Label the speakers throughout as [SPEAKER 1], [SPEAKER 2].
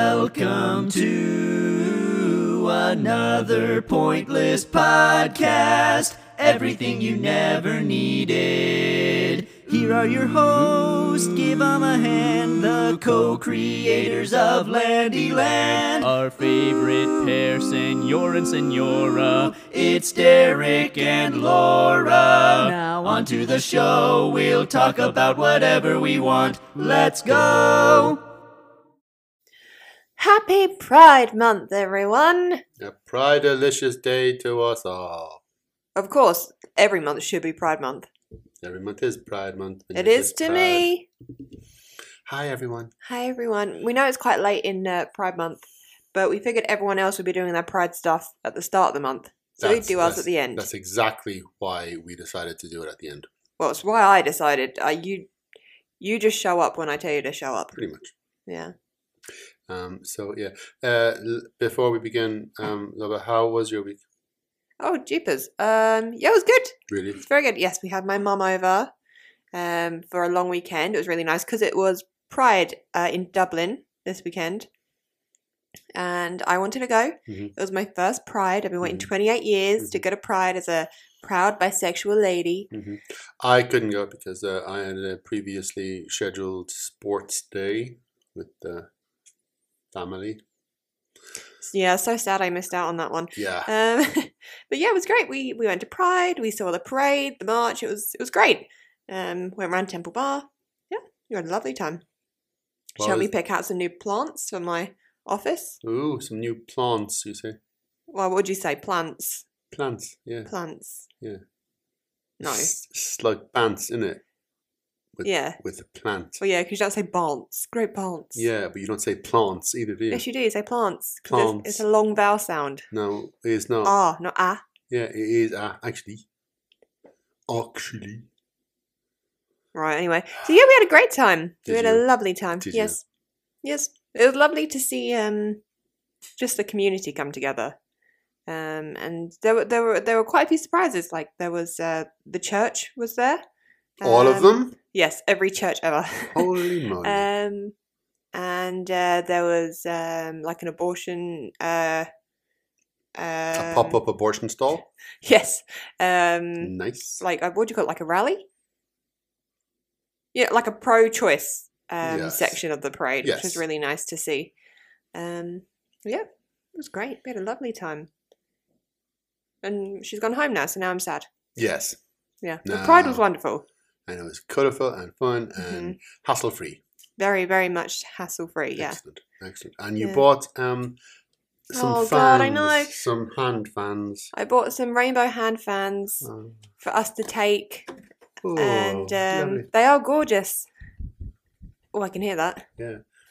[SPEAKER 1] Welcome to another pointless podcast. Everything you never needed. Here are your hosts. Give 'em a hand. The co-creators of Landyland.
[SPEAKER 2] Our favorite pair, Senor and Senora.
[SPEAKER 1] It's Derek and Laura. Now onto the show. We'll talk about whatever we want. Let's go.
[SPEAKER 3] Happy Pride Month, everyone!
[SPEAKER 4] A pride delicious day to us all.
[SPEAKER 3] Of course, every month should be Pride Month.
[SPEAKER 4] Every month is Pride Month. and
[SPEAKER 3] it
[SPEAKER 4] you're
[SPEAKER 3] is
[SPEAKER 4] just
[SPEAKER 3] to
[SPEAKER 4] proud.
[SPEAKER 3] me.
[SPEAKER 4] Hi, everyone.
[SPEAKER 3] Hi, everyone. We know it's quite late in uh, Pride Month, but we figured everyone else would be doing their Pride stuff at the start of the month. So we
[SPEAKER 4] That's-
[SPEAKER 3] do ours at
[SPEAKER 4] that's-
[SPEAKER 3] the end.
[SPEAKER 4] That's exactly why we decided to do it at the end,
[SPEAKER 3] Well, it's why I decided. Uh, you, you just show up when I tell you to show up.
[SPEAKER 4] pretty much.
[SPEAKER 3] Yeah.
[SPEAKER 4] Um, so, yeah. Uh, l- before we begin, um, Lola, how was your week?
[SPEAKER 3] Oh, jeepers. Um, yeah, it was good.
[SPEAKER 4] Really?
[SPEAKER 3] It's very good. Yes, we had my mum over um, for a long weekend. It was really nice because it was Pride uh, in Dublin this weekend. And I wanted to go.
[SPEAKER 4] Mhm.
[SPEAKER 3] It was my first Pride. I've been waiting
[SPEAKER 4] Mhm.
[SPEAKER 3] 28 years to go to Pride as a proud bisexual lady.
[SPEAKER 4] hmm I couldn't go because uh, I had a previously scheduled sports day with the family.
[SPEAKER 3] So, yeah, so sad I missed out on that one.
[SPEAKER 4] Yeah.
[SPEAKER 3] Um, but yeah, it was great. We we went to Pride. We saw the parade, the march. It was it was great. Um, went around Temple Bar. Yeah, you had a lovely time.
[SPEAKER 4] Well,
[SPEAKER 3] Shall we
[SPEAKER 4] it's-
[SPEAKER 3] pick out some new plants for my office?
[SPEAKER 4] Ooh, some new plants, you say?
[SPEAKER 3] Well, what would you say? Plants.
[SPEAKER 4] Plants, yeah.
[SPEAKER 3] Plants.
[SPEAKER 4] Yeah.
[SPEAKER 3] No.
[SPEAKER 4] It's, it's like pants, isn't it? With,
[SPEAKER 3] Yeah.
[SPEAKER 4] With a plant.
[SPEAKER 3] Well, yeah, because you don't say plants. Great plants.
[SPEAKER 4] Yeah, but you don't say plants either, do you?
[SPEAKER 3] Yes, you do. You say plants. 'cause it's- It's,
[SPEAKER 4] Plants.
[SPEAKER 3] a long vowel sound.
[SPEAKER 4] no, it is not.
[SPEAKER 3] Ah, not ah.
[SPEAKER 4] Yeah, it is uh, actually. Actually.
[SPEAKER 3] Right. Anyway, so yeah, we had a great time. we
[SPEAKER 4] Did
[SPEAKER 3] had
[SPEAKER 4] you?
[SPEAKER 3] a lovely time.
[SPEAKER 4] Did you?
[SPEAKER 3] yes, yes, it was lovely to see um, just the community come together. Um, and there were there were there were quite a few surprises. Like there was uh, the church was there.
[SPEAKER 4] All of
[SPEAKER 3] Um,
[SPEAKER 4] them?
[SPEAKER 3] Yes, every church ever.
[SPEAKER 4] Holy moly.
[SPEAKER 3] um, and uh, there was um, like an abortion. Uh,
[SPEAKER 4] a
[SPEAKER 3] um,
[SPEAKER 4] pop up abortion stall.
[SPEAKER 3] Yes.
[SPEAKER 4] Mm.
[SPEAKER 3] Um,
[SPEAKER 4] Nice.
[SPEAKER 3] like uh, what do you call it? Like a rally? Yeah, like a pro-choice um,
[SPEAKER 4] Yes.
[SPEAKER 3] section of the parade, which was
[SPEAKER 4] Yes.
[SPEAKER 3] really nice to see. Um, yeah, it was great. We had a lovely time, and she's gone home now, so now I'm sad.
[SPEAKER 4] yes.
[SPEAKER 3] Yeah, the pride was
[SPEAKER 4] No.
[SPEAKER 3] wonderful,
[SPEAKER 4] And it was colourful and fun
[SPEAKER 3] Mm-hmm.
[SPEAKER 4] and hassle free.
[SPEAKER 3] very, very much hassle-free. Yeah,
[SPEAKER 4] Excellent. Excellent. And you
[SPEAKER 3] Yeah.
[SPEAKER 4] bought um some
[SPEAKER 3] Oh,
[SPEAKER 4] fans.
[SPEAKER 3] God, I know.
[SPEAKER 4] Some hand fans.
[SPEAKER 3] I bought some rainbow hand fans
[SPEAKER 4] Um,
[SPEAKER 3] for us to take, and
[SPEAKER 4] oh,
[SPEAKER 3] um,
[SPEAKER 4] lovely.
[SPEAKER 3] they are gorgeous. Oh, I can hear that.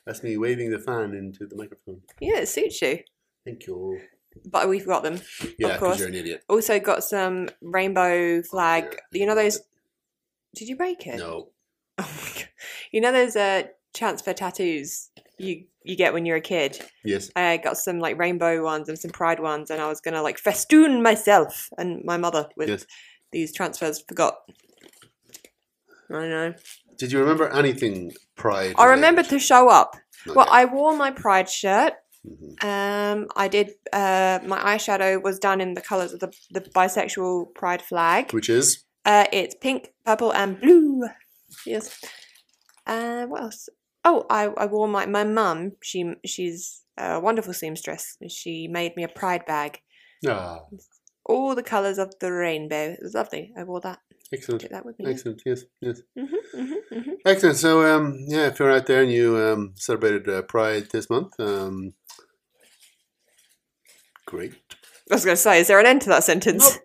[SPEAKER 4] That's me waving the fan into the microphone.
[SPEAKER 3] Yeah, it suits you.
[SPEAKER 4] Thank you.
[SPEAKER 3] But we've got them.
[SPEAKER 4] Yeah,
[SPEAKER 3] course.
[SPEAKER 4] because you're an idiot.
[SPEAKER 3] Also got some rainbow flag.
[SPEAKER 4] yeah,
[SPEAKER 3] You know
[SPEAKER 4] yeah.
[SPEAKER 3] those? Did you break it?
[SPEAKER 4] No.
[SPEAKER 3] Oh my god! You know those uh, chance for tattoos you you get when you're a kid.
[SPEAKER 4] Yes.
[SPEAKER 3] I got some like rainbow ones and some pride ones, and I was gonna like festoon myself and my mother with
[SPEAKER 4] Yes.
[SPEAKER 3] these transfers. Forgot. I know.
[SPEAKER 4] Did you remember anything Pride?
[SPEAKER 3] I remembered to show up. Well,
[SPEAKER 4] I.
[SPEAKER 3] I wore my pride shirt.
[SPEAKER 4] Mm-hmm.
[SPEAKER 3] Um, I did. Uh, my eyeshadow was done in the colors of the the bisexual pride flag.
[SPEAKER 4] Which is
[SPEAKER 3] Uh, it's pink, purple, and blue. Yes. Uh, what else? Oh, I, I wore my my mum. She she's a wonderful seamstress. She made me a pride bag,
[SPEAKER 4] ah
[SPEAKER 3] all the colours of the rainbow. It was lovely. I wore that.
[SPEAKER 4] excellent,
[SPEAKER 3] Took that with me.
[SPEAKER 4] excellent. Yes, yes,
[SPEAKER 3] hmm hmm hmm
[SPEAKER 4] excellent. So, um, yeah, if you're out there and you um celebrated uh, Pride this month, um, great.
[SPEAKER 3] I was going to say, is there an end to that sentence?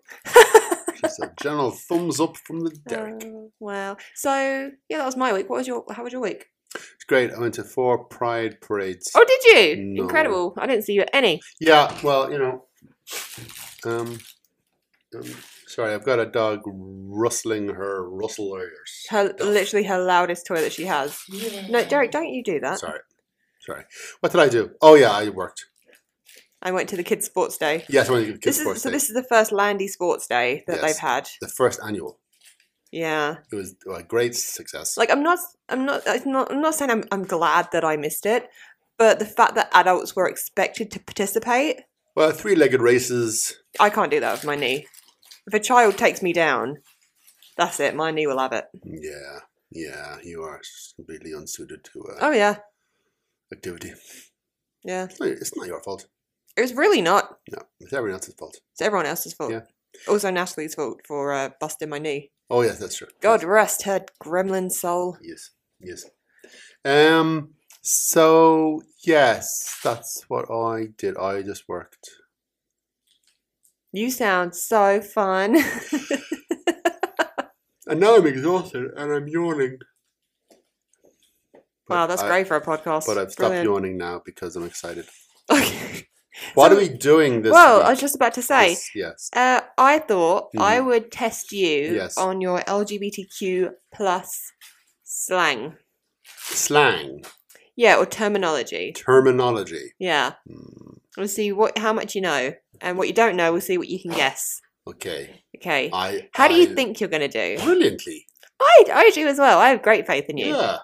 [SPEAKER 4] Just a general thumbs up from the Derek.
[SPEAKER 3] Oh, wow. So yeah, that was my week. What was your? How was your week?
[SPEAKER 4] It's great. I went to four Pride parades.
[SPEAKER 3] Oh, did you?
[SPEAKER 4] No.
[SPEAKER 3] Incredible. I didn't see you at any.
[SPEAKER 4] Yeah, well, you know, um, um, sorry, I've got a dog rustling her rustle ears.
[SPEAKER 3] Her literally her loudest toy that she has. No, Derek, don't you do that.
[SPEAKER 4] Sorry. Sorry. What did I do? Oh yeah, I worked.
[SPEAKER 3] I went to the kids' sports day.
[SPEAKER 4] Yes, I went to
[SPEAKER 3] this
[SPEAKER 4] kids'
[SPEAKER 3] is
[SPEAKER 4] sports
[SPEAKER 3] so.
[SPEAKER 4] day.
[SPEAKER 3] This is the first Landy Sports Day that
[SPEAKER 4] Yes.
[SPEAKER 3] they've had.
[SPEAKER 4] the first annual.
[SPEAKER 3] Yeah,
[SPEAKER 4] It was a great success.
[SPEAKER 3] like I'm not, I'm not, it's not, I'm not saying I'm, I'm glad that I missed it, But the fact that adults were expected to participate,
[SPEAKER 4] Well, three-legged races.
[SPEAKER 3] I can't do that with my knee. If a child takes me down, that's it. My knee will have it.
[SPEAKER 4] Yeah, yeah, you are s- completely unsuited to uh,
[SPEAKER 3] Oh yeah,
[SPEAKER 4] activity.
[SPEAKER 3] yeah.
[SPEAKER 4] It's not, it's not your fault.
[SPEAKER 3] It was really not.
[SPEAKER 4] No, it's everyone else's fault.
[SPEAKER 3] It's everyone else's fault.
[SPEAKER 4] Yeah.
[SPEAKER 3] Also Natalie's fault for uh, busting my knee.
[SPEAKER 4] Oh yes, that's true.
[SPEAKER 3] God rest her gremlin soul.
[SPEAKER 4] Yes, yes. Um. So yes, that's what I did. I just worked.
[SPEAKER 3] You sound so fun.
[SPEAKER 4] And now I'm exhausted and I'm yawning. But
[SPEAKER 3] wow, that's
[SPEAKER 4] I-
[SPEAKER 3] great for a podcast.
[SPEAKER 4] But I've stopped
[SPEAKER 3] Brilliant.
[SPEAKER 4] yawning now because I'm excited.
[SPEAKER 3] Okay.
[SPEAKER 4] What
[SPEAKER 3] So-
[SPEAKER 4] are we doing this
[SPEAKER 3] Well,
[SPEAKER 4] week?
[SPEAKER 3] I was just about to say,
[SPEAKER 4] This- yes.
[SPEAKER 3] uh, I thought I
[SPEAKER 4] Mhm.
[SPEAKER 3] would test you
[SPEAKER 4] Yes.
[SPEAKER 3] on your LGBTQ plus slang.
[SPEAKER 4] Slang,
[SPEAKER 3] Yeah, or terminology.
[SPEAKER 4] terminology.
[SPEAKER 3] Yeah.
[SPEAKER 4] Hmm,
[SPEAKER 3] We'll see what how much you know. And what you don't know, we'll see what you can guess.
[SPEAKER 4] Okay.
[SPEAKER 3] Okay.
[SPEAKER 4] I.
[SPEAKER 3] How do you
[SPEAKER 4] I-
[SPEAKER 3] think you're gonna do?
[SPEAKER 4] Brilliantly.
[SPEAKER 3] I I do as well. I have great faith in you.
[SPEAKER 4] Yeah.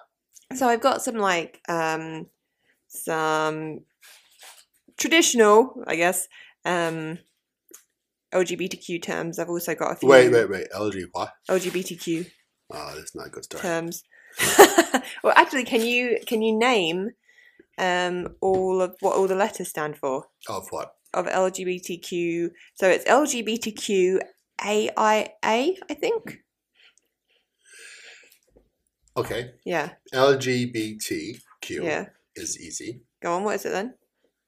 [SPEAKER 3] So I've got some like um some traditional, I guess, um LGBTQ terms. I've also got a few
[SPEAKER 4] Wait, wait, wait. LG, what?
[SPEAKER 3] LGBTQ
[SPEAKER 4] Oh, that's not a good start.
[SPEAKER 3] terms. well, actually, can you can you name um all of what all the letters stand for
[SPEAKER 4] Of what?
[SPEAKER 3] of LGBTQ? So it's LGBTQ AIA, I think.
[SPEAKER 4] Okay.
[SPEAKER 3] Yeah,
[SPEAKER 4] LGBTQ
[SPEAKER 3] yeah.
[SPEAKER 4] is easy.
[SPEAKER 3] Go on. What is it then?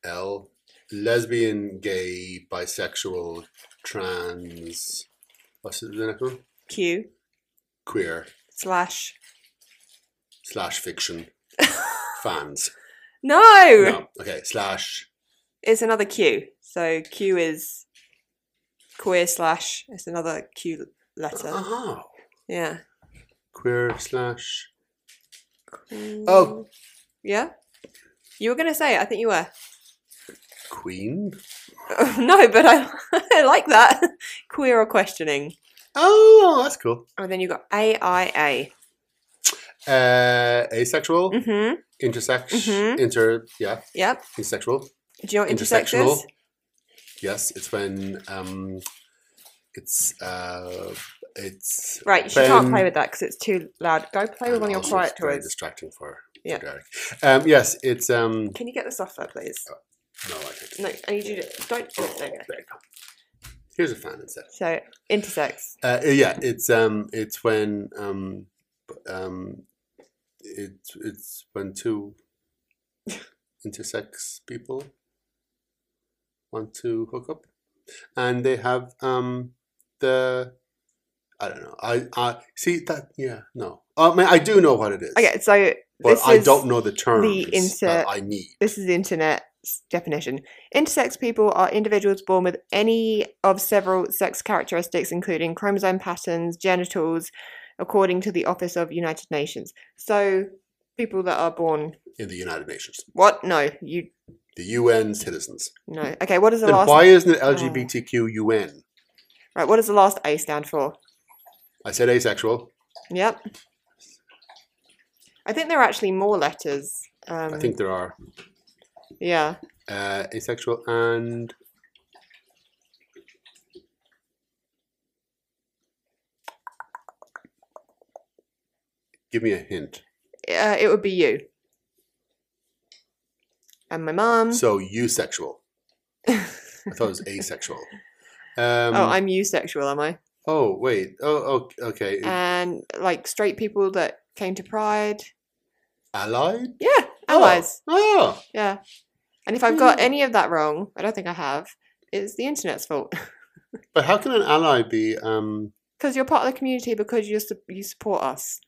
[SPEAKER 4] L lesbian, gay, bisexual, trans. What's the next one?
[SPEAKER 3] Q
[SPEAKER 4] Queer
[SPEAKER 3] slash.
[SPEAKER 4] slash fiction fans.
[SPEAKER 3] No.
[SPEAKER 4] No. Okay. Slash.
[SPEAKER 3] it's another Q. So Q is queer slash. It's another Q letter.
[SPEAKER 4] Oh.
[SPEAKER 3] Yeah.
[SPEAKER 4] Queer slash.
[SPEAKER 3] Oh. Yeah. You were gonna say it. I think you were.
[SPEAKER 4] Queen.
[SPEAKER 3] no, but I, I like that. queer or questioning.
[SPEAKER 4] Oh, that's cool.
[SPEAKER 3] And then you got AIA.
[SPEAKER 4] Uh, asexual,
[SPEAKER 3] Mm-hmm.
[SPEAKER 4] intersex,
[SPEAKER 3] Mhm.
[SPEAKER 4] inter, yeah,
[SPEAKER 3] Yep.
[SPEAKER 4] asexual,
[SPEAKER 3] Do you know what intersex is?
[SPEAKER 4] Yes, it's when um, it's uh, it's
[SPEAKER 3] Right, she can't play
[SPEAKER 4] when-
[SPEAKER 3] with that because it's too loud. Go play with
[SPEAKER 4] and
[SPEAKER 3] one of your
[SPEAKER 4] also
[SPEAKER 3] quiet
[SPEAKER 4] it's very
[SPEAKER 3] toys.
[SPEAKER 4] distracting for
[SPEAKER 3] Yeah.
[SPEAKER 4] yeah. Derek. Um, yes, it's um.
[SPEAKER 3] Can you get this off there, please?
[SPEAKER 4] No, I can't.
[SPEAKER 3] No, I need you to don't do it. There you go.
[SPEAKER 4] There you go. Here's a fan instead.
[SPEAKER 3] So intersex.
[SPEAKER 4] Uh, yeah, it's um, it's when um, b- um, it's it's when two intersex people want to hook up, and they have um, the I don't know. I I see that. Yeah, no. I mean, I do know what it is.
[SPEAKER 3] Okay, so
[SPEAKER 4] but
[SPEAKER 3] this
[SPEAKER 4] I
[SPEAKER 3] is-
[SPEAKER 4] don't know the terms
[SPEAKER 3] insert-
[SPEAKER 4] that I need.
[SPEAKER 3] This is the internet's definition. Intersex people are individuals born with any of several sex characteristics, including chromosome patterns, genitals, according to the Office of United Nations. So, people that are born.
[SPEAKER 4] in the United Nations,
[SPEAKER 3] What? No, you.
[SPEAKER 4] the UN citizens.
[SPEAKER 3] No. Okay, what is the Oh.
[SPEAKER 4] Then
[SPEAKER 3] last.
[SPEAKER 4] why isn't it LGBTQ UN?
[SPEAKER 3] Right, what does the last A stand for?
[SPEAKER 4] I said asexual.
[SPEAKER 3] Yep. I think there are actually more letters. Um,
[SPEAKER 4] I think there are.
[SPEAKER 3] Yeah.
[SPEAKER 4] uh, asexual and give me a hint
[SPEAKER 3] Uh, it would be you. And my mum.
[SPEAKER 4] so eusexual i thought it was asexual um,
[SPEAKER 3] oh, I'm eusexual, am I?
[SPEAKER 4] oh wait oh, oh okay
[SPEAKER 3] Uh, and like straight people that came to Pride.
[SPEAKER 4] allied
[SPEAKER 3] Yeah,
[SPEAKER 4] Oh, Hmm.
[SPEAKER 3] allies.
[SPEAKER 4] oh,
[SPEAKER 3] Yeah. And if I've got any of that wrong, I don't think I have, it's the internet's fault.
[SPEAKER 4] but how can an ally be um
[SPEAKER 3] Because you're part of the community because you, su- you support us.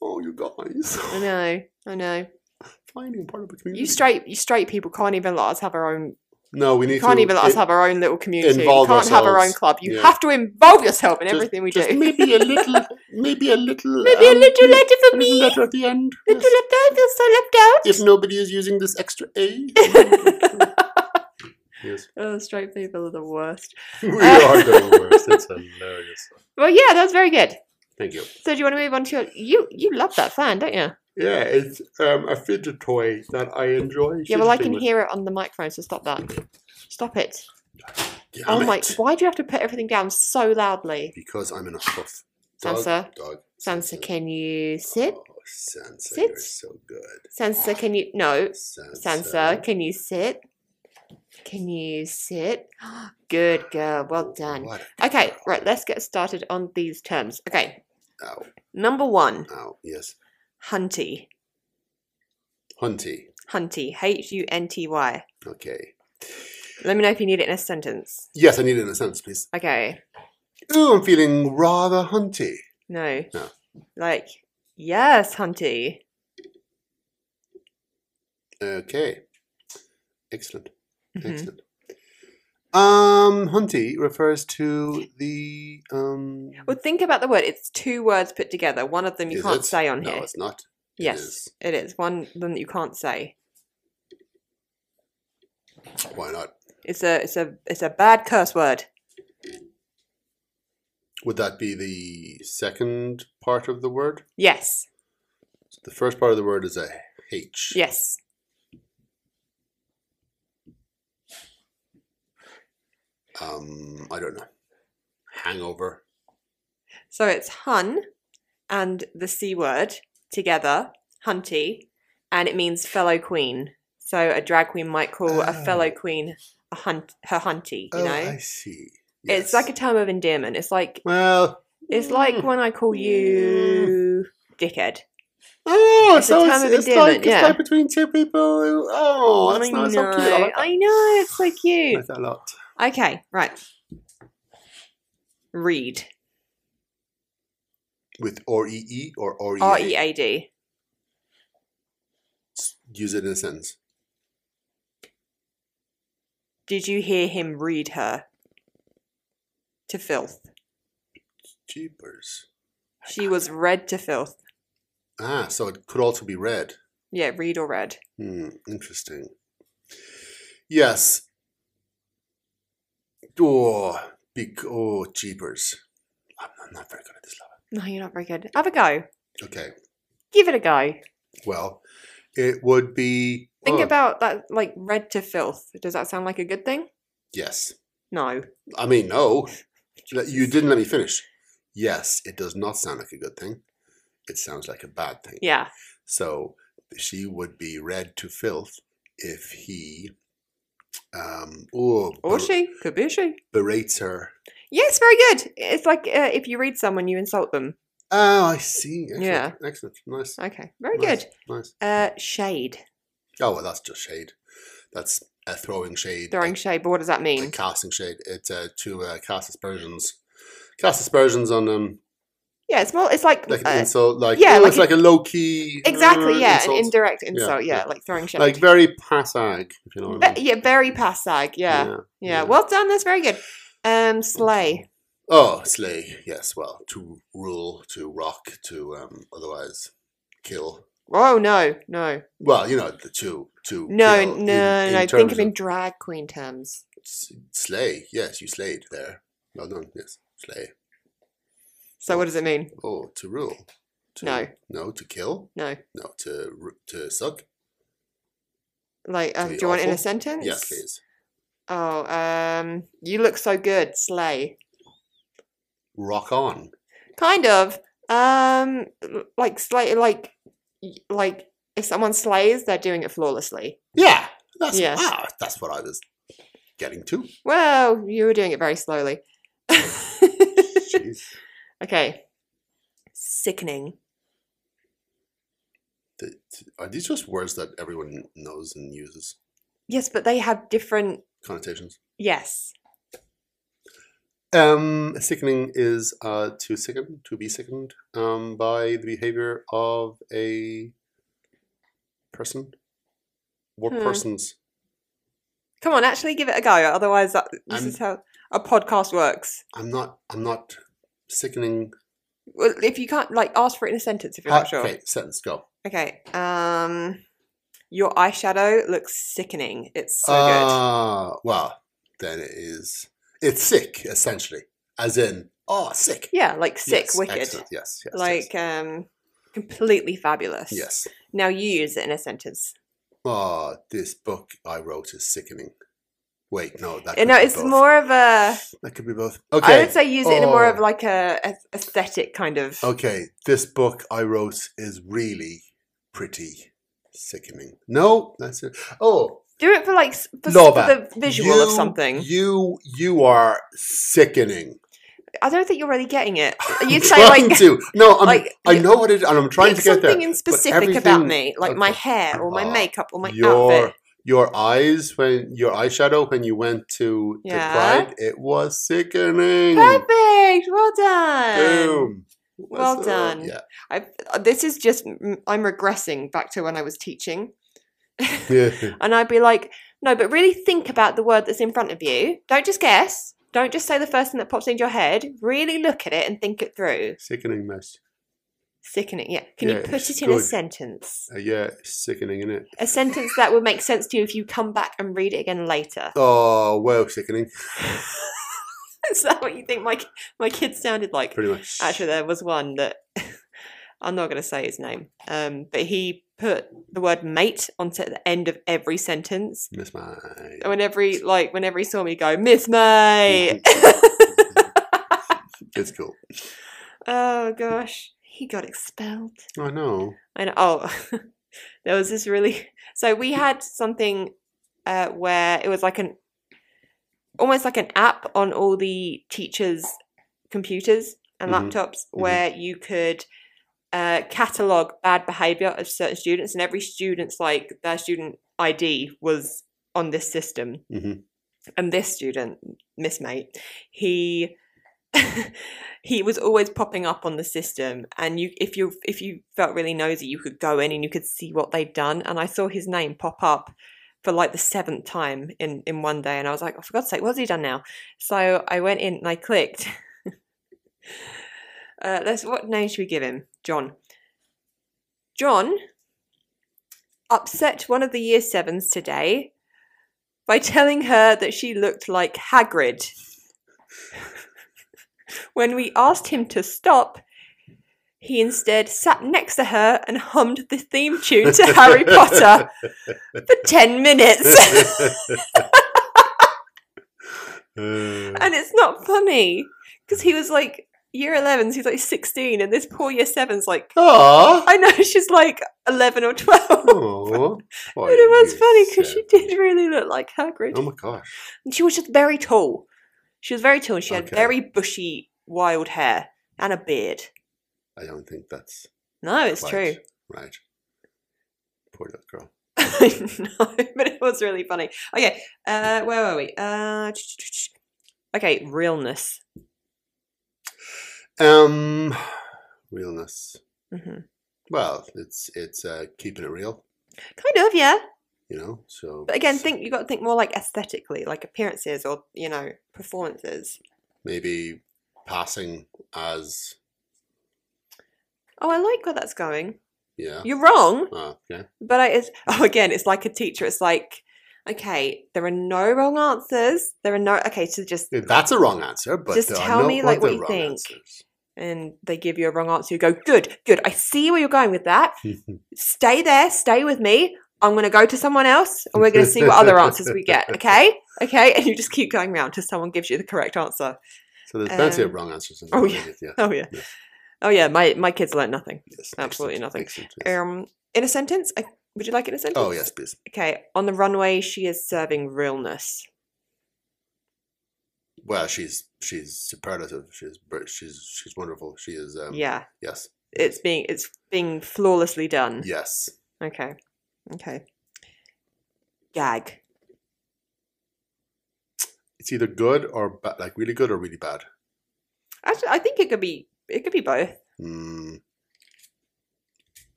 [SPEAKER 4] oh you guys
[SPEAKER 3] I know, I know.
[SPEAKER 4] finding part of a community
[SPEAKER 3] You straight you straight people can't even let us have our own.
[SPEAKER 4] no we need
[SPEAKER 3] You can't
[SPEAKER 4] to
[SPEAKER 3] even let us
[SPEAKER 4] in-
[SPEAKER 3] have our own little community. You
[SPEAKER 4] involve
[SPEAKER 3] can't have our own
[SPEAKER 4] ourselves.
[SPEAKER 3] club. You
[SPEAKER 4] Yeah.
[SPEAKER 3] have to involve yourself in
[SPEAKER 4] Just-
[SPEAKER 3] everything we
[SPEAKER 4] just
[SPEAKER 3] do.
[SPEAKER 4] maybe a little maybe a little
[SPEAKER 3] Maybe a
[SPEAKER 4] um,
[SPEAKER 3] little
[SPEAKER 4] yeah,
[SPEAKER 3] letter for
[SPEAKER 4] a little
[SPEAKER 3] me.
[SPEAKER 4] letter at the end
[SPEAKER 3] Little
[SPEAKER 4] yes.
[SPEAKER 3] letter. I feel so left out.
[SPEAKER 4] if nobody is using this extra A. yes.
[SPEAKER 3] Oh, straight people are the worst.
[SPEAKER 4] We are the worst. It's hilarious.
[SPEAKER 3] Well, yeah, that was very good.
[SPEAKER 4] Thank you.
[SPEAKER 3] So do you want to move on to your you you love that fan, don't you?
[SPEAKER 4] Yeah, it's um, a fidget toy that I enjoy.
[SPEAKER 3] Yeah, well I
[SPEAKER 4] fidgeting
[SPEAKER 3] can
[SPEAKER 4] with.
[SPEAKER 3] hear it on the microphone, so stop that. Stop it.
[SPEAKER 4] Damn
[SPEAKER 3] Oh my
[SPEAKER 4] it.
[SPEAKER 3] why do you have to put everything down so loudly?
[SPEAKER 4] Because I'm in a huff. Dog,
[SPEAKER 3] Sansa.
[SPEAKER 4] dog.
[SPEAKER 3] Sansa, can you sit?
[SPEAKER 4] Oh, Sansa,
[SPEAKER 3] Sit.
[SPEAKER 4] you're so good.
[SPEAKER 3] Sansa, can you no.
[SPEAKER 4] Sansa.
[SPEAKER 3] Sansa, can you sit? Can you sit? Good girl. Well done.
[SPEAKER 4] What a
[SPEAKER 3] Okay,
[SPEAKER 4] girl.
[SPEAKER 3] right, let's get started on these terms. Okay.
[SPEAKER 4] Ow,
[SPEAKER 3] Number one,
[SPEAKER 4] ow, yes.
[SPEAKER 3] hunty.
[SPEAKER 4] Hunty.
[SPEAKER 3] Hunty. H U N T Y.
[SPEAKER 4] Okay.
[SPEAKER 3] Let me know if you need it in a sentence.
[SPEAKER 4] Yes, I need it in a sentence, please.
[SPEAKER 3] Okay.
[SPEAKER 4] Ooh, I'm feeling rather hunty.
[SPEAKER 3] No.
[SPEAKER 4] No.
[SPEAKER 3] Like, yes, hunty.
[SPEAKER 4] Okay. Excellent.
[SPEAKER 3] Mhm.
[SPEAKER 4] Excellent. Um, hunty refers to the um.
[SPEAKER 3] Well, think about the word. It's two words put together. One of them you
[SPEAKER 4] is
[SPEAKER 3] can't
[SPEAKER 4] it?
[SPEAKER 3] say on
[SPEAKER 4] no,
[SPEAKER 3] here.
[SPEAKER 4] it's not. it
[SPEAKER 3] yes,
[SPEAKER 4] is.
[SPEAKER 3] it is. One of them that you can't say.
[SPEAKER 4] Why not?
[SPEAKER 3] It's a it's a it's a bad curse word.
[SPEAKER 4] Would that be the second part of the word?
[SPEAKER 3] Yes.
[SPEAKER 4] The first part of the word is a H.
[SPEAKER 3] Yes.
[SPEAKER 4] Um, I don't know. Hangover.
[SPEAKER 3] So it's hun and the C word together, hunty, and it means fellow queen. So a drag queen might call a fellow
[SPEAKER 4] Oh.
[SPEAKER 3] queen a hunt her hunty, you
[SPEAKER 4] oh,
[SPEAKER 3] know?
[SPEAKER 4] I see.
[SPEAKER 3] It's like a term of endearment. It's like
[SPEAKER 4] well.
[SPEAKER 3] it's like
[SPEAKER 4] mm,
[SPEAKER 3] when I call you dickhead.
[SPEAKER 4] Oh,
[SPEAKER 3] it's a
[SPEAKER 4] so
[SPEAKER 3] term
[SPEAKER 4] it's,
[SPEAKER 3] of
[SPEAKER 4] it's
[SPEAKER 3] endearment,
[SPEAKER 4] like it's
[SPEAKER 3] yeah.
[SPEAKER 4] like between two people. Who, oh, that's
[SPEAKER 3] I
[SPEAKER 4] not so cute.
[SPEAKER 3] know,
[SPEAKER 4] I like that.
[SPEAKER 3] I know, it's so
[SPEAKER 4] I
[SPEAKER 3] cute.
[SPEAKER 4] like that a lot.
[SPEAKER 3] Okay, right. Read.
[SPEAKER 4] With R E E or R E A.
[SPEAKER 3] R E A D.
[SPEAKER 4] Use it in a sentence.
[SPEAKER 3] Did you hear him read her? To filth.
[SPEAKER 4] Jeepers.
[SPEAKER 3] She was read to filth.
[SPEAKER 4] Ah, so it could also be red.
[SPEAKER 3] Yeah, read or read.
[SPEAKER 4] Hmm, interesting. Yes. Oh, big. Oh, jeepers. I'm, I'm not very good at this level.
[SPEAKER 3] No, you're not very good. Have a go.
[SPEAKER 4] Okay.
[SPEAKER 3] Give it a go.
[SPEAKER 4] Well, it would be.
[SPEAKER 3] Think
[SPEAKER 4] oh,
[SPEAKER 3] about that, like red to filth. Does that sound like a good thing?
[SPEAKER 4] Yes.
[SPEAKER 3] No.
[SPEAKER 4] I mean, no. Let- You didn't let me finish. Yes, it does not sound like a good thing. It sounds like a bad thing.
[SPEAKER 3] Yeah.
[SPEAKER 4] So she would be red to filth if he, um, oh,
[SPEAKER 3] Or
[SPEAKER 4] ber-
[SPEAKER 3] she. Could be a she.
[SPEAKER 4] berates her.
[SPEAKER 3] Yes, very good. It's like uh, if you read someone, you insult them.
[SPEAKER 4] Oh, I see. Excellent.
[SPEAKER 3] Yeah.
[SPEAKER 4] Excellent. Nice.
[SPEAKER 3] Okay, very
[SPEAKER 4] nice,
[SPEAKER 3] good.
[SPEAKER 4] Nice.
[SPEAKER 3] Uh, shade.
[SPEAKER 4] Oh, well, that's just shade. That's uh, throwing shade.
[SPEAKER 3] Throwing shade, but what does that
[SPEAKER 4] like,
[SPEAKER 3] mean?
[SPEAKER 4] like casting shade. It's uh, to uh, cast aspersions. Cast aspersions on um,
[SPEAKER 3] Yeah, it's more. It's like,
[SPEAKER 4] like an
[SPEAKER 3] uh,
[SPEAKER 4] insult. Like,
[SPEAKER 3] yeah,
[SPEAKER 4] oh,
[SPEAKER 3] like
[SPEAKER 4] it's like a low key.
[SPEAKER 3] exactly. Yeah, an
[SPEAKER 4] insult.
[SPEAKER 3] indirect insult. Yeah,
[SPEAKER 4] yeah.
[SPEAKER 3] like throwing shade.
[SPEAKER 4] Like very passag, if you know what
[SPEAKER 3] Ve-
[SPEAKER 4] I mean.
[SPEAKER 3] yeah, very passag. Yeah. yeah,
[SPEAKER 4] yeah.
[SPEAKER 3] Well done. That's very good. Um, slay.
[SPEAKER 4] Oh, slay. Yes, well, to rule, to rock, to um, otherwise kill.
[SPEAKER 3] Oh no, no,
[SPEAKER 4] Well, you know, the two, two.
[SPEAKER 3] no,
[SPEAKER 4] kill
[SPEAKER 3] no,
[SPEAKER 4] in-
[SPEAKER 3] no.
[SPEAKER 4] in
[SPEAKER 3] no. Think
[SPEAKER 4] terms
[SPEAKER 3] of in drag queen terms.
[SPEAKER 4] s- slay. Yes, you slayed there. Well done. Yes, slay.
[SPEAKER 3] So what does it mean?
[SPEAKER 4] Oh, to rule. To,
[SPEAKER 3] No.
[SPEAKER 4] No, to kill.
[SPEAKER 3] No.
[SPEAKER 4] No, to ru- to suck.
[SPEAKER 3] Like, um,
[SPEAKER 4] be
[SPEAKER 3] do you want it in a
[SPEAKER 4] awful?
[SPEAKER 3] sentence?
[SPEAKER 4] Yes, please.
[SPEAKER 3] Oh, um, you look so good, slay.
[SPEAKER 4] Rock on.
[SPEAKER 3] Kind of. Um, l- like slay, like, y- like if someone slays, they're doing it flawlessly.
[SPEAKER 4] Yeah, that's
[SPEAKER 3] Yeah.
[SPEAKER 4] ah, that's what I was getting to.
[SPEAKER 3] Well, you were doing it very slowly.
[SPEAKER 4] Jeez.
[SPEAKER 3] okay. Sickening.
[SPEAKER 4] Th- th- Are these just words that everyone knows and uses?
[SPEAKER 3] Yes, but they have different.
[SPEAKER 4] Connotations.
[SPEAKER 3] Yes.
[SPEAKER 4] Um, sickening is uh, to sicken, to be sickened um, by the behavior of a person or
[SPEAKER 3] Hmm.
[SPEAKER 4] persons.
[SPEAKER 3] Come on, actually give it a go. Otherwise, that, this
[SPEAKER 4] I'm-
[SPEAKER 3] is how a podcast works.
[SPEAKER 4] I'm not. I'm not sickening.
[SPEAKER 3] Well, if you can't, like, ask for it in a sentence if you're
[SPEAKER 4] Ah,
[SPEAKER 3] not sure.
[SPEAKER 4] Okay, sentence go.
[SPEAKER 3] Okay. Um, your eyeshadow looks sickening. It's so
[SPEAKER 4] Uh, Ah, well, then it is. It's sick essentially, as in Oh, sick.
[SPEAKER 3] Yeah, like sick,
[SPEAKER 4] Yes,
[SPEAKER 3] wicked,
[SPEAKER 4] excellent. Yes, yes.
[SPEAKER 3] like um, completely fabulous.
[SPEAKER 4] yes. yes.
[SPEAKER 3] Now you use it in a sentence.
[SPEAKER 4] Oh, this book I wrote is sickening. Wait, no, that
[SPEAKER 3] Uh,
[SPEAKER 4] could
[SPEAKER 3] No,
[SPEAKER 4] be
[SPEAKER 3] it's
[SPEAKER 4] both.
[SPEAKER 3] more of a.
[SPEAKER 4] That could be both.
[SPEAKER 3] I
[SPEAKER 4] Okay.
[SPEAKER 3] would say use it in a more
[SPEAKER 4] Oh.
[SPEAKER 3] of like a, a aesthetic kind of.
[SPEAKER 4] Okay, this book I wrote is really pretty sickening. No, that's it. Oh,
[SPEAKER 3] Do it for like s- for, s-
[SPEAKER 4] Laura,
[SPEAKER 3] for the visual of
[SPEAKER 4] you-
[SPEAKER 3] something.
[SPEAKER 4] You you are sickening.
[SPEAKER 3] I don't think you're really getting it. You'd
[SPEAKER 4] I'm
[SPEAKER 3] say
[SPEAKER 4] trying
[SPEAKER 3] like
[SPEAKER 4] to. No, I'm,
[SPEAKER 3] like,
[SPEAKER 4] I
[SPEAKER 3] you-
[SPEAKER 4] know what it and I'm trying
[SPEAKER 3] pick
[SPEAKER 4] to get there.
[SPEAKER 3] something in specific about
[SPEAKER 4] everything-
[SPEAKER 3] me, like my hair or my
[SPEAKER 4] Oh,
[SPEAKER 3] makeup or my
[SPEAKER 4] your
[SPEAKER 3] outfit.
[SPEAKER 4] your eyes when your eyeshadow when you went to the
[SPEAKER 3] Yeah.
[SPEAKER 4] pride, it was sickening.
[SPEAKER 3] Perfect. Well done.
[SPEAKER 4] Boom.
[SPEAKER 3] well
[SPEAKER 4] So,
[SPEAKER 3] done.
[SPEAKER 4] Yeah.
[SPEAKER 3] I this is just m- I'm regressing back to when I was teaching.
[SPEAKER 4] yeah.
[SPEAKER 3] And I'd be like, no, but really think about the word that's in front of you. Don't just guess. Don't just say the first thing that pops into your head. Really look at it and think it through.
[SPEAKER 4] Sickening mess.
[SPEAKER 3] Sickening. Yeah. Can you
[SPEAKER 4] Yeah,
[SPEAKER 3] put
[SPEAKER 4] it's
[SPEAKER 3] it in a
[SPEAKER 4] good.
[SPEAKER 3] sentence?
[SPEAKER 4] Uh, yeah, it's sickening, isn't it?
[SPEAKER 3] A sentence that would make sense to you if you come back and read it again later.
[SPEAKER 4] Oh, well, sickening,
[SPEAKER 3] Is that what you think my my kids sounded like?
[SPEAKER 4] pretty much.
[SPEAKER 3] Actually, there was one that I'm not going to say his name, um, but he put the word mate onto the end of every sentence.
[SPEAKER 4] Miss my.
[SPEAKER 3] And Whenever he like, whenever he saw me he'd go, Miss Mate.
[SPEAKER 4] it's cool.
[SPEAKER 3] oh gosh, he got expelled.
[SPEAKER 4] I know.
[SPEAKER 3] And oh, there was this really. So we had something uh, where it was like an almost like an app on all the teachers' computers and
[SPEAKER 4] Mhm,
[SPEAKER 3] laptops where you could uh, catalog bad behavior of certain students, and every student's like their student ID was on this system
[SPEAKER 4] Mhm.
[SPEAKER 3] and this student miss mate he he was always popping up on the system and you if you if you felt really nosy you could go in and you could see what they'd done and i saw his name pop up for like the seventh time in in one day and i was like oh for god's sake what's he done now so i went in and i clicked uh let's what name should we give him john john upset one of the year sevens today by telling her that she looked like Hagrid. when we asked him to stop, he instead sat next to her and hummed the theme tune to Harry Potter for 10 minutes.
[SPEAKER 4] Uh,
[SPEAKER 3] and it's not funny because he was like year 11, so he's like 16, and this poor year 7's like,
[SPEAKER 4] Aw.
[SPEAKER 3] I know she's like 11 or 12.
[SPEAKER 4] Aw.
[SPEAKER 3] But it was funny
[SPEAKER 4] Why Oh, you
[SPEAKER 3] because she
[SPEAKER 4] said-
[SPEAKER 3] did really look like Hagrid.
[SPEAKER 4] Oh my gosh.
[SPEAKER 3] And she was just very tall. She was very tall. and She had
[SPEAKER 4] Okay.
[SPEAKER 3] very bushy, wild hair and a beard.
[SPEAKER 4] I don't think that's
[SPEAKER 3] No, it's
[SPEAKER 4] quite Right. Poor little girl.
[SPEAKER 3] true. no, but it was really funny. Okay, uh, where were we? Uh, ch- ch- ch- ch- okay, realness.
[SPEAKER 4] Um, realness.
[SPEAKER 3] hmm
[SPEAKER 4] Well, it's it's uh, keeping it real,
[SPEAKER 3] Kind of, yeah.
[SPEAKER 4] you know. So,
[SPEAKER 3] But again,
[SPEAKER 4] it's
[SPEAKER 3] think you got to think more like aesthetically, like appearances or you know performances.
[SPEAKER 4] maybe passing as
[SPEAKER 3] Oh, I like where that's going.
[SPEAKER 4] yeah.
[SPEAKER 3] You're wrong.
[SPEAKER 4] Uh, yeah.
[SPEAKER 3] But I, it's, oh, again, it's like a teacher. It's like, okay, there are no wrong answers. There are no, okay, so just,
[SPEAKER 4] Yeah, That's a wrong answer, but
[SPEAKER 3] Just
[SPEAKER 4] there are
[SPEAKER 3] tell
[SPEAKER 4] no
[SPEAKER 3] me, like, what
[SPEAKER 4] other
[SPEAKER 3] you
[SPEAKER 4] wrong
[SPEAKER 3] think.
[SPEAKER 4] answers.
[SPEAKER 3] and they give you a wrong answer. You go, good, good. I see where you're going with that. Stay there. Stay with me. I'm going to go to someone else and we're going to see what other answers we get. Okay. Okay. And you just keep going round till someone gives you the correct answer.
[SPEAKER 4] So there's plenty
[SPEAKER 3] Um,
[SPEAKER 4] of wrong answers. In
[SPEAKER 3] oh,
[SPEAKER 4] the
[SPEAKER 3] yeah.
[SPEAKER 4] market, yeah.
[SPEAKER 3] Oh, yeah.
[SPEAKER 4] Yes.
[SPEAKER 3] Oh, yeah. My, my kids learn nothing.
[SPEAKER 4] Yes,
[SPEAKER 3] Absolutely
[SPEAKER 4] excellent,
[SPEAKER 3] nothing.
[SPEAKER 4] excellent, yes.
[SPEAKER 3] Um, in a sentence, I, would you like it in a sentence?
[SPEAKER 4] Oh yes, please.
[SPEAKER 3] Okay. On the runway, she is serving realness.
[SPEAKER 4] Well, she's she's superlative. She's br- she's she's wonderful. She is. Um,
[SPEAKER 3] yeah.
[SPEAKER 4] Yes.
[SPEAKER 3] it's being it's being flawlessly done.
[SPEAKER 4] Yes.
[SPEAKER 3] Okay. Okay. Gag.
[SPEAKER 4] It's either good or ba- like really good or really bad.
[SPEAKER 3] Actually, I think it could be it could be both.
[SPEAKER 4] Mm.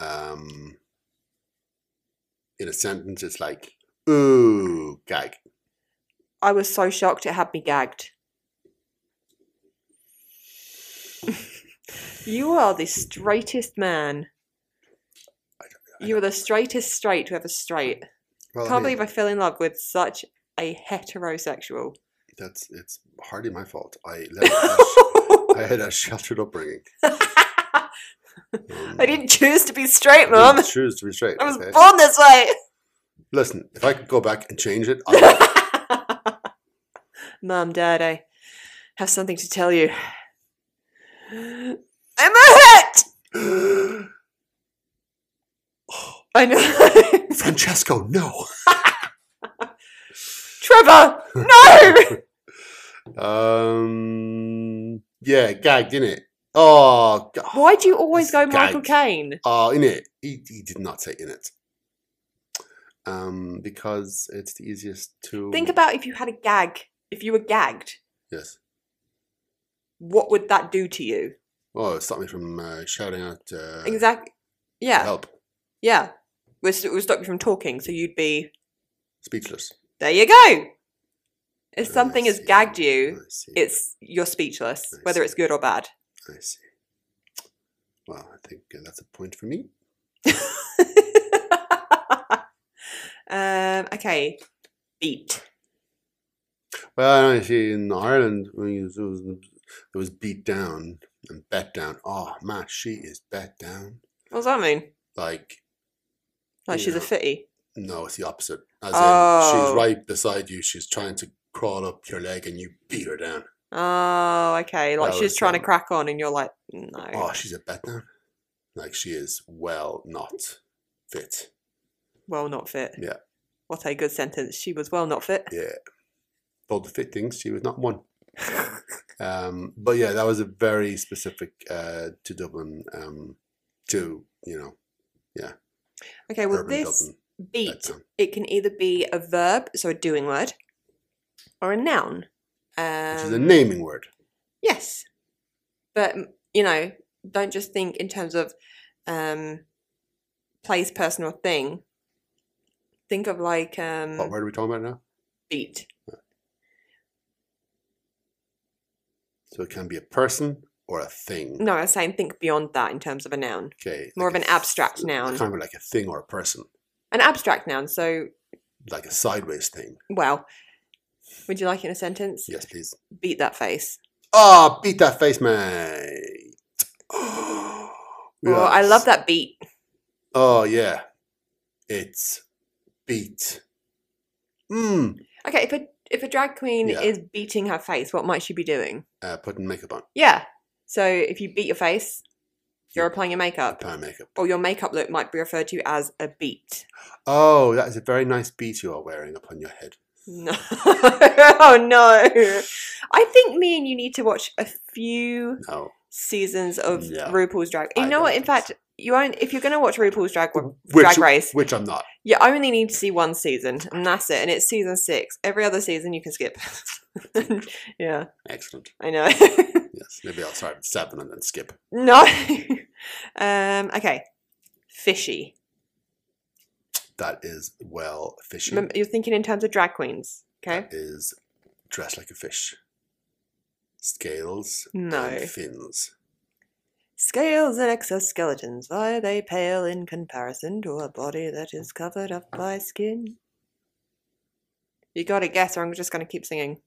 [SPEAKER 4] Um. In a sentence, it's like ooh gag.
[SPEAKER 3] I was so shocked it had me gagged. you are the straightest man. You are the straightest straight to ever straight.
[SPEAKER 4] Well, I
[SPEAKER 3] Can't
[SPEAKER 4] mean,
[SPEAKER 3] believe I fell in love with such a heterosexual.
[SPEAKER 4] that's it's hardly my fault. I let, I I had a sheltered upbringing.
[SPEAKER 3] I
[SPEAKER 4] Um,
[SPEAKER 3] didn't choose to be straight,
[SPEAKER 4] I
[SPEAKER 3] Mum.
[SPEAKER 4] didn't choose to be straight.
[SPEAKER 3] I was
[SPEAKER 4] okay?
[SPEAKER 3] born this way.
[SPEAKER 4] Listen, if I could go back and change it, I would.
[SPEAKER 3] Mom, Dad, I have something to tell you. I'm a hit! I know.
[SPEAKER 4] Francesco, no.
[SPEAKER 3] Trevor, no!
[SPEAKER 4] Um, yeah, gagged in it. Oh, g-
[SPEAKER 3] Why do you always go
[SPEAKER 4] Gag.
[SPEAKER 3] Michael Caine?
[SPEAKER 4] oh, in it. He, he did not say in it. Um, because it's the easiest to
[SPEAKER 3] Think about if you had a gag. If you were gagged,
[SPEAKER 4] Yes.
[SPEAKER 3] what would that do to you?
[SPEAKER 4] Oh, stop me from uh, shouting out. Uh,
[SPEAKER 3] Exactly. Yeah,
[SPEAKER 4] Help.
[SPEAKER 3] yeah. We'll, st- we'll stop you from talking, so you'd be
[SPEAKER 4] Speechless.
[SPEAKER 3] there. You go. If
[SPEAKER 4] I
[SPEAKER 3] something has
[SPEAKER 4] see,
[SPEAKER 3] gagged you,
[SPEAKER 4] I see.
[SPEAKER 3] it's you're speechless,
[SPEAKER 4] I
[SPEAKER 3] whether
[SPEAKER 4] see.
[SPEAKER 3] it's good or bad.
[SPEAKER 4] I see. Well, I think uh, that's a point for me.
[SPEAKER 3] um, okay. Beat.
[SPEAKER 4] Well, I see in Ireland, when you- it was, it was beat down and bet down. Oh, man, she is bet down.
[SPEAKER 3] What does that mean?
[SPEAKER 4] Like,
[SPEAKER 3] Like she's a
[SPEAKER 4] Yeah.
[SPEAKER 3] fitty.
[SPEAKER 4] no, it's the opposite. As in,
[SPEAKER 3] Oh.
[SPEAKER 4] she's right beside you. She's trying to crawl up your leg and you beat her down.
[SPEAKER 3] Oh, okay. Like
[SPEAKER 4] Well,
[SPEAKER 3] she's
[SPEAKER 4] it's,
[SPEAKER 3] trying to
[SPEAKER 4] um,
[SPEAKER 3] crack on, and you're like, no.
[SPEAKER 4] Oh, she's a bet down. Like, she is well not fit.
[SPEAKER 3] Well, not fit.
[SPEAKER 4] Yeah.
[SPEAKER 3] What a good sentence. She was well not fit.
[SPEAKER 4] Yeah. All the fit things, she was not one. Um, but yeah, that was a very specific uh, to Dublin, um, to, you know,
[SPEAKER 3] okay, well,
[SPEAKER 4] urban
[SPEAKER 3] this
[SPEAKER 4] Dublin.
[SPEAKER 3] beat,
[SPEAKER 4] down.
[SPEAKER 3] it can either be a verb, so a doing word, or a noun. Um,
[SPEAKER 4] which is a naming word.
[SPEAKER 3] Yes. But, m- you know, don't just think in terms of um, place, person, or thing. Think of like um,
[SPEAKER 4] What word are we talking about now?
[SPEAKER 3] beat.
[SPEAKER 4] So it can be a person or a thing.
[SPEAKER 3] No, I was saying think beyond that in terms of a noun.
[SPEAKER 4] Okay.
[SPEAKER 3] More of
[SPEAKER 4] like
[SPEAKER 3] an
[SPEAKER 4] a th-
[SPEAKER 3] abstract noun.
[SPEAKER 4] Kind of like a thing or a person,
[SPEAKER 3] An abstract noun. So,
[SPEAKER 4] like a sideways thing.
[SPEAKER 3] well, would you like it in a sentence?
[SPEAKER 4] Yes, please.
[SPEAKER 3] Beat that face.
[SPEAKER 4] Ah, beat that face, mate.
[SPEAKER 3] Well, Oh, I love
[SPEAKER 4] Yes.
[SPEAKER 3] that beat.
[SPEAKER 4] Oh yeah, it's beat. Mm.
[SPEAKER 3] Okay, if a if a drag queen
[SPEAKER 4] Yeah.
[SPEAKER 3] is beating her face, what might she be doing?
[SPEAKER 4] Uh, putting makeup on.
[SPEAKER 3] Yeah. So if you beat your face, you're applying your makeup.
[SPEAKER 4] Applying makeup.
[SPEAKER 3] or your makeup look might be referred to as a beat.
[SPEAKER 4] Oh, that is a very nice beat you are wearing upon your head.
[SPEAKER 3] No. oh no. I think me and you need to watch a few
[SPEAKER 4] No,
[SPEAKER 3] seasons of
[SPEAKER 4] Yeah.
[SPEAKER 3] RuPaul's Drag. You
[SPEAKER 4] I
[SPEAKER 3] know what?
[SPEAKER 4] don't
[SPEAKER 3] In
[SPEAKER 4] think
[SPEAKER 3] fact, you only, if you're going to watch RuPaul's Drag
[SPEAKER 4] which
[SPEAKER 3] Drag Race,
[SPEAKER 4] which I'm not.
[SPEAKER 3] you only need to see one season, and that's it. And it's season six. Every other season you can skip. yeah,
[SPEAKER 4] Excellent.
[SPEAKER 3] I know.
[SPEAKER 4] Yes, maybe I'll start at seven and then skip.
[SPEAKER 3] no. um. Okay. Fishy.
[SPEAKER 4] That is well fishing.
[SPEAKER 3] Remember, you're thinking in terms of drag queens. Okay.
[SPEAKER 4] that is dressed like a fish. Scales
[SPEAKER 3] No.
[SPEAKER 4] and fins.
[SPEAKER 3] Scales and exoskeletons, why they pale in comparison to a body that is covered up by skin. You gotta guess, or I'm just gonna keep singing.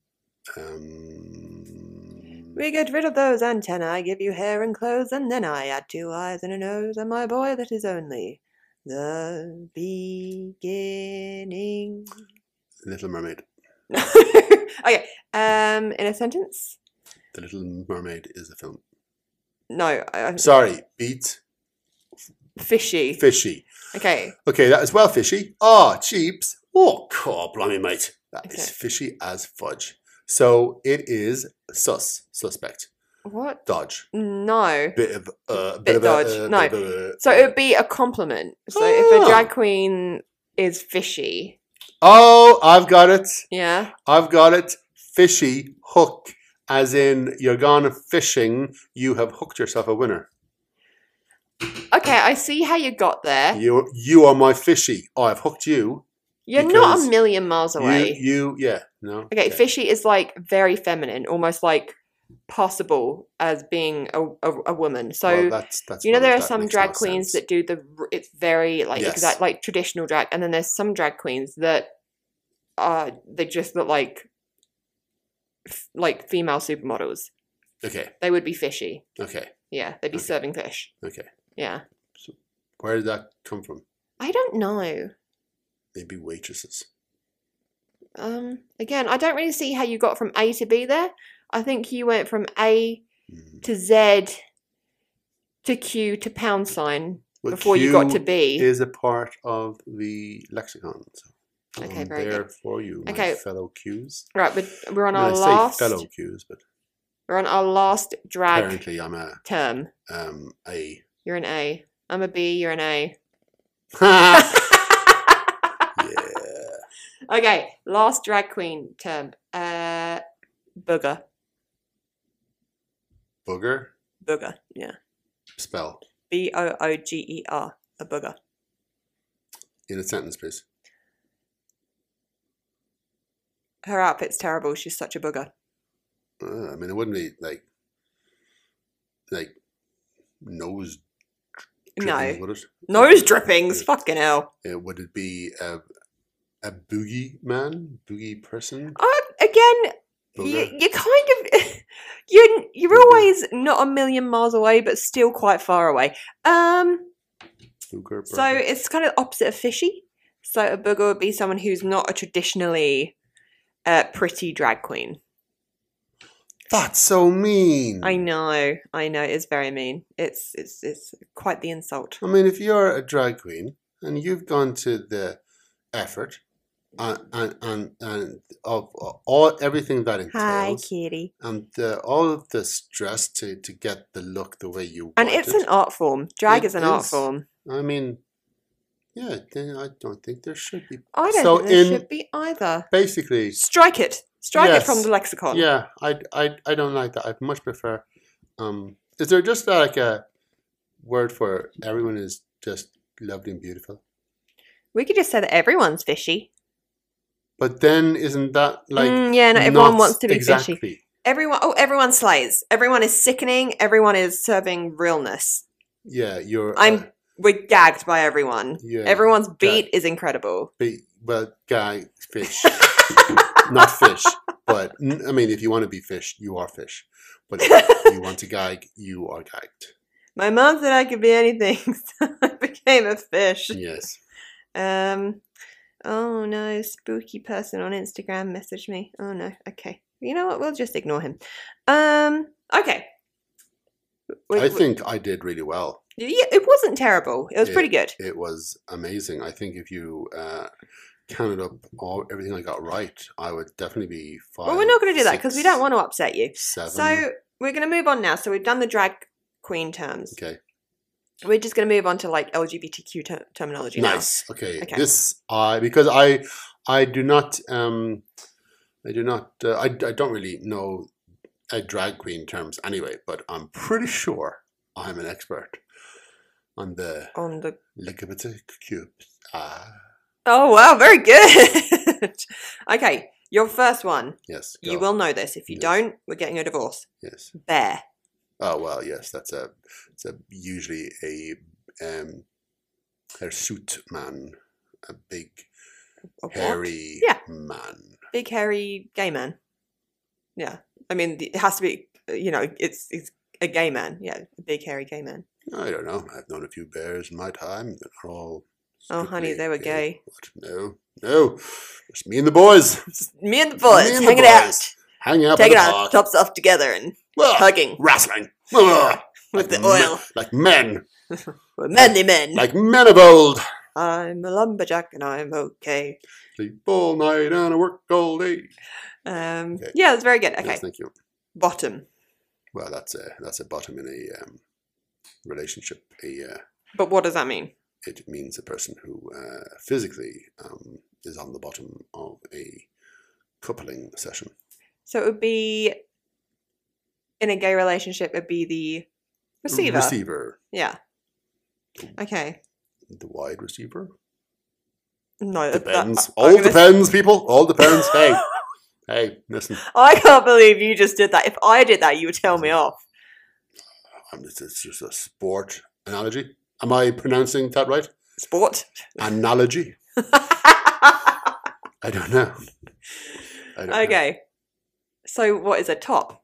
[SPEAKER 4] Um,
[SPEAKER 3] We get rid of those antennae, I give you hair and clothes, and then I add two eyes and a nose, and my boy that is only the beginning.
[SPEAKER 4] Little Mermaid.
[SPEAKER 3] okay, um, in a sentence?
[SPEAKER 4] The Little Mermaid is a film.
[SPEAKER 3] No, I, I'm
[SPEAKER 4] Sorry, beat
[SPEAKER 3] fishy.
[SPEAKER 4] fishy.
[SPEAKER 3] Okay,
[SPEAKER 4] Okay, that is well fishy. Ah, cheaps. Oh, cool, blimey, mate. That is
[SPEAKER 3] Okay.
[SPEAKER 4] fishy as fudge. So it is sus, suspect,
[SPEAKER 3] what?
[SPEAKER 4] dodge,
[SPEAKER 3] No.
[SPEAKER 4] bit of uh, bit,
[SPEAKER 3] Bit
[SPEAKER 4] of a,
[SPEAKER 3] dodge.
[SPEAKER 4] uh,
[SPEAKER 3] No.
[SPEAKER 4] bit of a-
[SPEAKER 3] So it would be a compliment. So if a
[SPEAKER 4] Ah.
[SPEAKER 3] drag queen is fishy,
[SPEAKER 4] oh, I've got it.
[SPEAKER 3] yeah,
[SPEAKER 4] I've got it. Fishy hook, as in you're gone fishing. You have hooked yourself a winner.
[SPEAKER 3] okay, I see how you got there.
[SPEAKER 4] You you are my fishy. I've hooked you.
[SPEAKER 3] You're not
[SPEAKER 4] because
[SPEAKER 3] a million miles away.
[SPEAKER 4] You you yeah no.
[SPEAKER 3] okay, fishy is like very feminine, almost like possible as being a, a, a woman. So.
[SPEAKER 4] Well, that's that's
[SPEAKER 3] you know
[SPEAKER 4] where
[SPEAKER 3] there are
[SPEAKER 4] that
[SPEAKER 3] some
[SPEAKER 4] makes
[SPEAKER 3] drag
[SPEAKER 4] no
[SPEAKER 3] queens
[SPEAKER 4] sense.
[SPEAKER 3] that do the r- it's very like
[SPEAKER 4] Yes.
[SPEAKER 3] exact like traditional drag and then there's some drag queens that uh they just look like f- like female supermodels
[SPEAKER 4] Okay.
[SPEAKER 3] They would be fishy.
[SPEAKER 4] Okay.
[SPEAKER 3] Yeah, they'd be
[SPEAKER 4] Okay.
[SPEAKER 3] serving fish.
[SPEAKER 4] Okay.
[SPEAKER 3] Yeah.
[SPEAKER 4] Where did that come from?
[SPEAKER 3] I don't know.
[SPEAKER 4] Maybe waitresses.
[SPEAKER 3] Um, again, I don't really see how you got from A to B there. I think you went from A
[SPEAKER 4] Mm.
[SPEAKER 3] to Z to Q to pound sign
[SPEAKER 4] Well,
[SPEAKER 3] before you got to
[SPEAKER 4] Q
[SPEAKER 3] B.
[SPEAKER 4] Is a part of the lexicon. So
[SPEAKER 3] Okay,
[SPEAKER 4] I'm
[SPEAKER 3] very good.
[SPEAKER 4] there for you, my
[SPEAKER 3] Okay.
[SPEAKER 4] fellow Qs.
[SPEAKER 3] right, but we're on
[SPEAKER 4] I
[SPEAKER 3] our
[SPEAKER 4] mean, I
[SPEAKER 3] last
[SPEAKER 4] say fellow Qs, but
[SPEAKER 3] we're on our last drag
[SPEAKER 4] apparently I'm a
[SPEAKER 3] term.
[SPEAKER 4] um a.
[SPEAKER 3] You're an A. I'm a B, you're an A.
[SPEAKER 4] yeah.
[SPEAKER 3] okay, last drag queen term. Uh booger.
[SPEAKER 4] Booger
[SPEAKER 3] Booger, yeah.
[SPEAKER 4] spell
[SPEAKER 3] B O O G E R. A booger.
[SPEAKER 4] in a sentence, please.
[SPEAKER 3] Her outfit's terrible. She's such a booger.
[SPEAKER 4] Uh, I mean, it wouldn't be like like nose.
[SPEAKER 3] No.
[SPEAKER 4] drippings, would it?
[SPEAKER 3] Nose drippings. Fucking hell.
[SPEAKER 4] Uh, would it be a a boogie man, boogie person?
[SPEAKER 3] Uh, again, you,
[SPEAKER 4] Booger?
[SPEAKER 3] you're kind of. You're, you're
[SPEAKER 4] Booger.
[SPEAKER 3] always not a million miles away, but still quite far away. Um,
[SPEAKER 4] Booger,
[SPEAKER 3] so
[SPEAKER 4] burger?
[SPEAKER 3] it's kind of opposite of fishy. So a booger would be someone who's not a traditionally uh, pretty drag queen.
[SPEAKER 4] That's so mean.
[SPEAKER 3] I know, I know. It's very mean. It's it's it's quite the insult.
[SPEAKER 4] I mean, if you're a drag queen and you've gone to the effort and and and, and of uh, all everything that
[SPEAKER 3] Hi,
[SPEAKER 4] entails
[SPEAKER 3] kitty.
[SPEAKER 4] and the, all of the stress to to get the look the way you
[SPEAKER 3] And
[SPEAKER 4] want
[SPEAKER 3] it's
[SPEAKER 4] it.
[SPEAKER 3] an art form. Drag
[SPEAKER 4] It
[SPEAKER 3] is an art
[SPEAKER 4] is.
[SPEAKER 3] form.
[SPEAKER 4] I mean, yeah, then I don't think there should be.
[SPEAKER 3] I don't
[SPEAKER 4] So
[SPEAKER 3] think there
[SPEAKER 4] in-
[SPEAKER 3] should be either.
[SPEAKER 4] Basically,
[SPEAKER 3] Strike it. Strike it from
[SPEAKER 4] Yes.
[SPEAKER 3] the lexicon.
[SPEAKER 4] yeah, I, I I don't like that. I much prefer. Um, is there just like a word for everyone is just lovely and beautiful?
[SPEAKER 3] We could just say that everyone's fishy.
[SPEAKER 4] But then isn't that like
[SPEAKER 3] Mm, yeah, no, everyone
[SPEAKER 4] not
[SPEAKER 3] wants to be fishy.
[SPEAKER 4] exactly.
[SPEAKER 3] Everyone, oh, everyone slays. Everyone is sickening. Everyone is serving realness.
[SPEAKER 4] Yeah, you're.
[SPEAKER 3] I'm
[SPEAKER 4] uh,
[SPEAKER 3] we're gagged by everyone.
[SPEAKER 4] yeah,
[SPEAKER 3] Everyone's beat is incredible.
[SPEAKER 4] Be, well, guy, fish, not fish, but n- I mean, if you want to be fish, you are fish. But if you want to gag, you are gagged.
[SPEAKER 3] My mom said I could be anything, so I became a fish.
[SPEAKER 4] Yes.
[SPEAKER 3] Um, oh no, spooky person on Instagram messaged me. Oh no, okay. You know what? We'll just ignore him. Um, okay. We-
[SPEAKER 4] I
[SPEAKER 3] we-
[SPEAKER 4] think I did really well.
[SPEAKER 3] yeah, it wasn't terrible. It was
[SPEAKER 4] Yeah.
[SPEAKER 3] pretty good.
[SPEAKER 4] It was amazing. I think if you uh, counted up all everything I got right, I would definitely be five.
[SPEAKER 3] well, we're not going to do that because we don't
[SPEAKER 4] six,
[SPEAKER 3] want to upset you.
[SPEAKER 4] Seven.
[SPEAKER 3] So we're going to move on now. So we've done the drag queen terms.
[SPEAKER 4] okay.
[SPEAKER 3] We're just going to move on to like LGBTQ ter- terminology now.
[SPEAKER 4] Nice. Okay.
[SPEAKER 3] Okay.
[SPEAKER 4] This I because I I do not um I do not uh, I I don't really know uh, drag queen terms anyway, but I'm pretty sure I'm an expert on the
[SPEAKER 3] On the
[SPEAKER 4] LGBT cube. Ah,
[SPEAKER 3] oh wow, very good. okay, your first one.
[SPEAKER 4] yes.
[SPEAKER 3] You
[SPEAKER 4] go.
[SPEAKER 3] will know this. If you
[SPEAKER 4] Yes.
[SPEAKER 3] don't, we're getting a divorce.
[SPEAKER 4] Yes.
[SPEAKER 3] Bear.
[SPEAKER 4] Oh well, yes. That's a it's a usually a um hirsute man, a big
[SPEAKER 3] A what?
[SPEAKER 4] hairy
[SPEAKER 3] Yeah.
[SPEAKER 4] man.
[SPEAKER 3] Big hairy gay man. Yeah, I mean it has to be. uh, You know, it's it's a gay man. Yeah, a big hairy gay man.
[SPEAKER 4] I don't know. I've known a few bears in my time. They're all.
[SPEAKER 3] Oh, honey,
[SPEAKER 4] strictly
[SPEAKER 3] they were gay.
[SPEAKER 4] What? No, no. Just me and the boys
[SPEAKER 3] Just me and the boys
[SPEAKER 4] Me and the
[SPEAKER 3] hanging
[SPEAKER 4] boys. hanging out.
[SPEAKER 3] out,
[SPEAKER 4] by
[SPEAKER 3] taking
[SPEAKER 4] the
[SPEAKER 3] our
[SPEAKER 4] park.
[SPEAKER 3] tops off together and
[SPEAKER 4] Ugh,
[SPEAKER 3] hugging
[SPEAKER 4] Wrestling. Ugh,
[SPEAKER 3] with
[SPEAKER 4] like
[SPEAKER 3] the oil.
[SPEAKER 4] men- like men.
[SPEAKER 3] We're manly men.
[SPEAKER 4] Like men of old.
[SPEAKER 3] I'm a lumberjack and I'm okay.
[SPEAKER 4] Sleep all night and I work all day.
[SPEAKER 3] Um,
[SPEAKER 4] Okay.
[SPEAKER 3] Yeah, that's very good. Okay,
[SPEAKER 4] Yes, thank you.
[SPEAKER 3] bottom.
[SPEAKER 4] Well, that's a that's a bottom in a um, relationship. A uh,
[SPEAKER 3] But what does that mean?
[SPEAKER 4] it means a person who uh, physically um, is on the bottom of a coupling session.
[SPEAKER 3] So it would be in a gay relationship. It'd be the receiver.
[SPEAKER 4] Receiver.
[SPEAKER 3] Yeah. Okay.
[SPEAKER 4] the wide receiver.
[SPEAKER 3] No, that- that-
[SPEAKER 4] Depends.
[SPEAKER 3] I'm
[SPEAKER 4] All
[SPEAKER 3] gonna-
[SPEAKER 4] depends, people. All depends. hey, hey, listen.
[SPEAKER 3] I can't believe you just did that. If I did that, you would tell me off.
[SPEAKER 4] Um, this is just a sport analogy. Am I pronouncing that right?
[SPEAKER 3] Sport.
[SPEAKER 4] Analogy. I don't know. I don't know.
[SPEAKER 3] okay. So what is a top?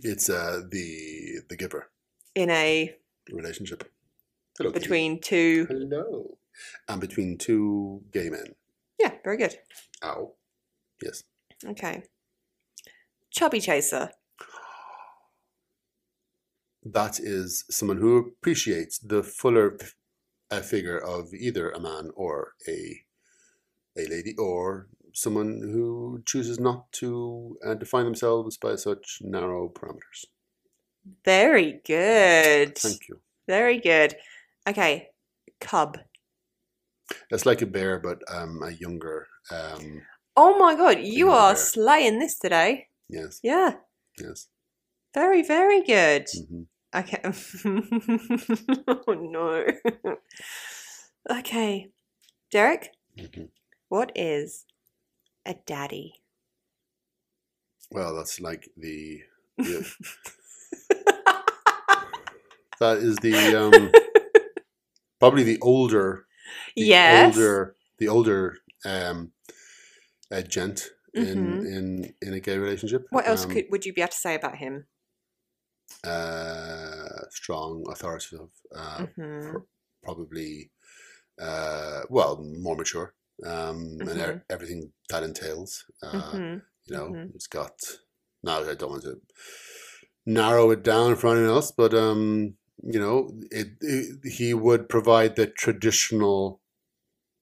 [SPEAKER 4] It's uh, the the giver
[SPEAKER 3] in a
[SPEAKER 4] relationship. Hello, Kitty.
[SPEAKER 3] between two.
[SPEAKER 4] Hello. And between two gay men.
[SPEAKER 3] Yeah, very good.
[SPEAKER 4] Ow. Yes.
[SPEAKER 3] Okay. Chubby chaser.
[SPEAKER 4] That is someone who appreciates the fuller uh, figure of either a man or a a lady, or someone who chooses not to uh, define themselves by such narrow parameters.
[SPEAKER 3] Very good.
[SPEAKER 4] Thank you.
[SPEAKER 3] Very good. Okay. Cub.
[SPEAKER 4] It's like a bear, but um, a younger. Um,
[SPEAKER 3] Oh my god, you
[SPEAKER 4] Another
[SPEAKER 3] are
[SPEAKER 4] bear.
[SPEAKER 3] slaying this today.
[SPEAKER 4] yes,
[SPEAKER 3] Yeah.
[SPEAKER 4] yes.
[SPEAKER 3] Very, very good.
[SPEAKER 4] hmm
[SPEAKER 3] Okay. oh no. okay. Derek,
[SPEAKER 4] hmm
[SPEAKER 3] what is a daddy?
[SPEAKER 4] Well, that's like the. the that is the um, probably the older the
[SPEAKER 3] yes.
[SPEAKER 4] older the older um uh, gent in
[SPEAKER 3] Mhm.
[SPEAKER 4] in in a gay relationship
[SPEAKER 3] What else
[SPEAKER 4] um,
[SPEAKER 3] could would you be able to say about him?
[SPEAKER 4] uh strong authoritative uh
[SPEAKER 3] Mhm.
[SPEAKER 4] probably uh well more mature um and
[SPEAKER 3] Mhm.
[SPEAKER 4] er- everything that entails uh
[SPEAKER 3] Mhm.
[SPEAKER 4] you know
[SPEAKER 3] mhm.
[SPEAKER 4] it's got no i don't want to narrow it down for anyone else but um you know it, it he would provide the traditional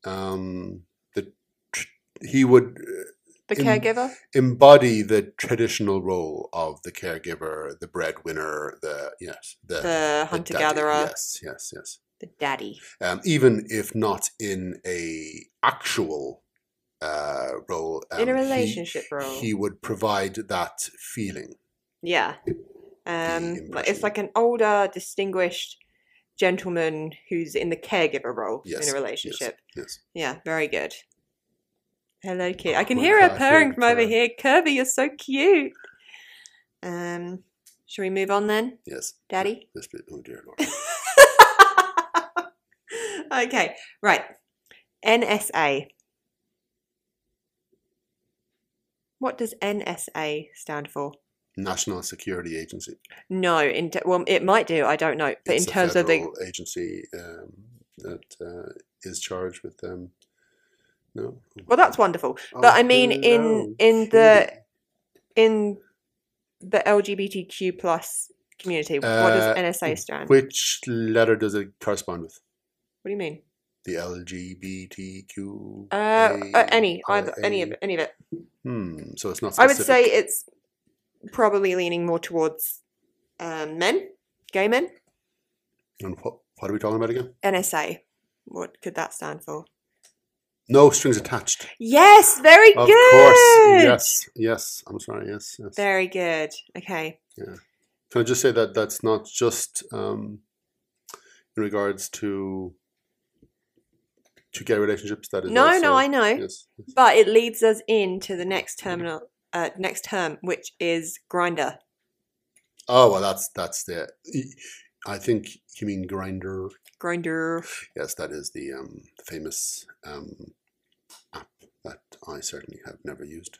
[SPEAKER 4] um the tr- he would uh,
[SPEAKER 3] The
[SPEAKER 4] in-
[SPEAKER 3] caregiver?
[SPEAKER 4] embody the traditional role of the caregiver the breadwinner the yes the,
[SPEAKER 3] the
[SPEAKER 4] the
[SPEAKER 3] hunter
[SPEAKER 4] daddy.
[SPEAKER 3] gatherer?
[SPEAKER 4] yes yes yes
[SPEAKER 3] The daddy.
[SPEAKER 4] um, even if not in a actual uh, role
[SPEAKER 3] In a
[SPEAKER 4] um, he-
[SPEAKER 3] relationship role.
[SPEAKER 4] he would provide that feeling.
[SPEAKER 3] Yeah. Um, like-
[SPEAKER 4] impression.
[SPEAKER 3] it's like an older, distinguished gentleman who's in the caregiver role
[SPEAKER 4] Yes,
[SPEAKER 3] in
[SPEAKER 4] yes.
[SPEAKER 3] a relationship.
[SPEAKER 4] Yes.
[SPEAKER 3] Yeah, very good. Hello, kid. I can
[SPEAKER 4] my
[SPEAKER 3] hear her
[SPEAKER 4] God,
[SPEAKER 3] purring
[SPEAKER 4] good
[SPEAKER 3] from over
[SPEAKER 4] girl.
[SPEAKER 3] here. Kirby, you're so cute. Um, shall we move on then,
[SPEAKER 4] Yes.
[SPEAKER 3] Daddy?
[SPEAKER 4] Yes, please. Oh dear Lord.
[SPEAKER 3] okay, right. NSA. What does NSA stand for?
[SPEAKER 4] National Security Agency.
[SPEAKER 3] No, in t- well, it might do. I don't know. But
[SPEAKER 4] It's
[SPEAKER 3] in
[SPEAKER 4] a
[SPEAKER 3] terms of the
[SPEAKER 4] federal agency um, that uh, is charged with um, no.
[SPEAKER 3] Well, that's wonderful. But I mean, in in the in the LGBTQ plus community, what
[SPEAKER 4] Uh,
[SPEAKER 3] does NSA stand? What
[SPEAKER 4] which letter does it correspond with?
[SPEAKER 3] do you mean?
[SPEAKER 4] The LGBTQ.
[SPEAKER 3] Uh, uh, any, either, any of it, any of it.
[SPEAKER 4] Hmm. So it's not.
[SPEAKER 3] I would
[SPEAKER 4] specific.
[SPEAKER 3] say it's probably leaning more towards um, men, gay men.
[SPEAKER 4] And what, what are we talking about again?
[SPEAKER 3] NSA. What could that stand for?
[SPEAKER 4] No strings attached.
[SPEAKER 3] Yes, very
[SPEAKER 4] Of
[SPEAKER 3] good.
[SPEAKER 4] course. Yes. Yes. I'm sorry. Yes. yes.
[SPEAKER 3] Very good. Okay.
[SPEAKER 4] Can I just say that that's not just um, in regards to to gay relationships. That is
[SPEAKER 3] No, no,
[SPEAKER 4] also-
[SPEAKER 3] I know.
[SPEAKER 4] Yes. yes.
[SPEAKER 3] But it leads us into the next terminal, uh, next term, which is grinder.
[SPEAKER 4] Oh well, that's that's the. I think you mean grinder.
[SPEAKER 3] Grinder.
[SPEAKER 4] Yes, that is the um, famous um, app that I certainly have never used.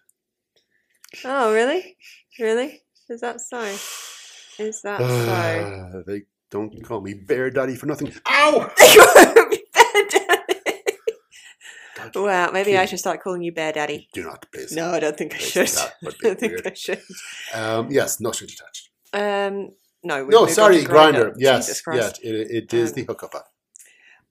[SPEAKER 3] Oh, really? Really? Is that so? Is that so? Ah,
[SPEAKER 4] Ah, they don't call me Bear Daddy for nothing.
[SPEAKER 3] wow, maybe I should start calling you Bear Daddy.
[SPEAKER 4] Do not, please.
[SPEAKER 3] No, I don't think I
[SPEAKER 4] Please,
[SPEAKER 3] should.
[SPEAKER 4] That would
[SPEAKER 3] I
[SPEAKER 4] be
[SPEAKER 3] don't think
[SPEAKER 4] weird.
[SPEAKER 3] I should.
[SPEAKER 4] Um, yes, no strings attached.
[SPEAKER 3] Um, no. we've moved on
[SPEAKER 4] no,
[SPEAKER 3] to
[SPEAKER 4] sorry,
[SPEAKER 3] Grindr.
[SPEAKER 4] grinder. Yes,
[SPEAKER 3] Jesus Christ.
[SPEAKER 4] yes, it, it is
[SPEAKER 3] Um,
[SPEAKER 4] the hookup app.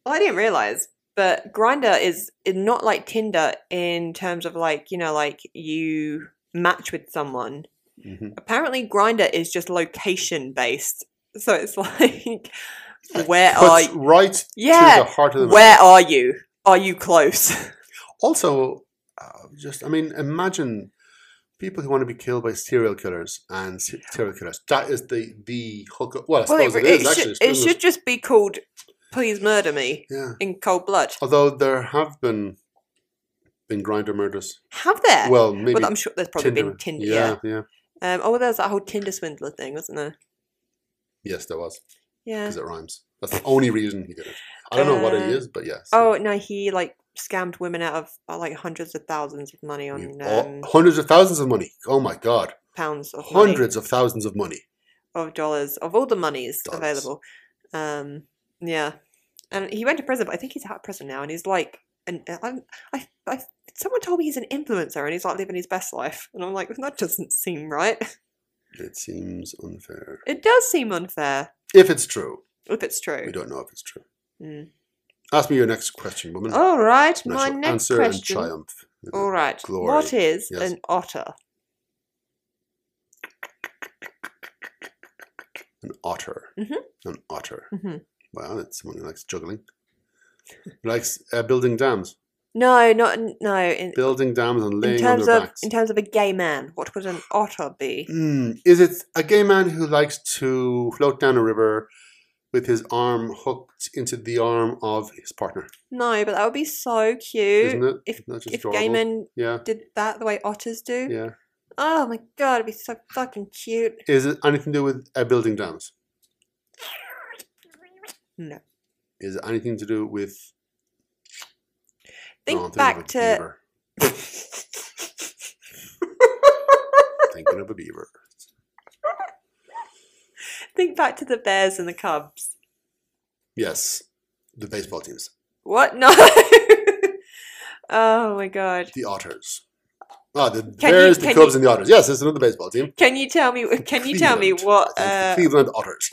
[SPEAKER 3] Well, I didn't realize, but Grinder is is not like Tinder in terms of like you know like you match with someone.
[SPEAKER 4] hmm
[SPEAKER 3] Apparently, Grinder is just location based, so it's like where are
[SPEAKER 4] Cuts right
[SPEAKER 3] yeah
[SPEAKER 4] to the heart of the matter.
[SPEAKER 3] Where are you? Are you close?
[SPEAKER 4] Also, uh, just I mean, imagine people who want to be killed by serial killers and se- serial killers. That is the the hookup. Well, I suppose it is actually.
[SPEAKER 3] should, it
[SPEAKER 4] isn't
[SPEAKER 3] should just be called "Please Murder Me"
[SPEAKER 4] Yeah.
[SPEAKER 3] in cold blood.
[SPEAKER 4] Although there have been been grinder murders.
[SPEAKER 3] Have there?
[SPEAKER 4] Well, maybe
[SPEAKER 3] Well, I'm sure there's probably been Tinder. Yeah.
[SPEAKER 4] yeah, yeah.
[SPEAKER 3] Um, oh, there's that whole Tinder swindler thing, wasn't there?
[SPEAKER 4] Yes, there was.
[SPEAKER 3] Yeah.
[SPEAKER 4] because it rhymes. That's the only reason he did it. I don't know what it
[SPEAKER 3] Uh,
[SPEAKER 4] is, but yes.
[SPEAKER 3] Oh no, he like scammed women out of uh, like hundreds of thousands of money on.
[SPEAKER 4] We've all-
[SPEAKER 3] Um,
[SPEAKER 4] hundreds of thousands of money. Oh my god!
[SPEAKER 3] pounds of money,
[SPEAKER 4] hundreds of thousands of money.
[SPEAKER 3] of dollars of all the monies
[SPEAKER 4] Dollars.
[SPEAKER 3] available. Um, yeah, and he went to prison. But I think he's out of prison now, and he's like, and I'm, I, I, someone told me he's an influencer, and he's like living his best life, and I'm like, that doesn't seem right.
[SPEAKER 4] It seems unfair.
[SPEAKER 3] It does seem unfair
[SPEAKER 4] If it's true,
[SPEAKER 3] if it's
[SPEAKER 4] we
[SPEAKER 3] true.
[SPEAKER 4] don't know if it's true.
[SPEAKER 3] Mm.
[SPEAKER 4] Ask me your next question, woman.
[SPEAKER 3] All right,
[SPEAKER 4] and I
[SPEAKER 3] Oh, my
[SPEAKER 4] shall
[SPEAKER 3] next
[SPEAKER 4] answer
[SPEAKER 3] question.
[SPEAKER 4] and triumph.
[SPEAKER 3] All right.
[SPEAKER 4] Glory.
[SPEAKER 3] What is
[SPEAKER 4] Yes.
[SPEAKER 3] an otter?
[SPEAKER 4] An otter.
[SPEAKER 3] Mhm.
[SPEAKER 4] An otter.
[SPEAKER 3] hmm
[SPEAKER 4] Well, it's someone who likes juggling. likes uh, building dams.
[SPEAKER 3] No, not no. In,
[SPEAKER 4] Building dams and
[SPEAKER 3] in
[SPEAKER 4] laying on
[SPEAKER 3] terms
[SPEAKER 4] their
[SPEAKER 3] of
[SPEAKER 4] backs.
[SPEAKER 3] in terms of a gay man, what would an otter be?
[SPEAKER 4] Hmm, is it a gay man who likes to float down a river with his arm hooked into the arm of his partner?
[SPEAKER 3] No, but that would be so cute.
[SPEAKER 4] Isn't it?
[SPEAKER 3] If
[SPEAKER 4] That's just
[SPEAKER 3] if
[SPEAKER 4] adorable.
[SPEAKER 3] gay men
[SPEAKER 4] Yeah,
[SPEAKER 3] did that the way otters do,
[SPEAKER 4] yeah.
[SPEAKER 3] oh my god, it'd be so fucking cute.
[SPEAKER 4] Is it anything to do with uh, building dams?
[SPEAKER 3] No.
[SPEAKER 4] Is it anything to do with?
[SPEAKER 3] Think
[SPEAKER 4] No, I'm thinking of
[SPEAKER 3] back
[SPEAKER 4] a
[SPEAKER 3] to
[SPEAKER 4] beaver. thinking of a beaver.
[SPEAKER 3] think back to the Bears and the Cubs.
[SPEAKER 4] Yes, the baseball teams,
[SPEAKER 3] What? No. oh my god.
[SPEAKER 4] the Otters. Ah, the
[SPEAKER 3] you-
[SPEAKER 4] Bears, the
[SPEAKER 3] can
[SPEAKER 4] Cubs,
[SPEAKER 3] you-
[SPEAKER 4] and the Otters. Yes, it's another baseball team.
[SPEAKER 3] Can you tell me? Can you tell me
[SPEAKER 4] Cleveland.
[SPEAKER 3] what?
[SPEAKER 4] It's the
[SPEAKER 3] Uh,
[SPEAKER 4] Cleveland Otters.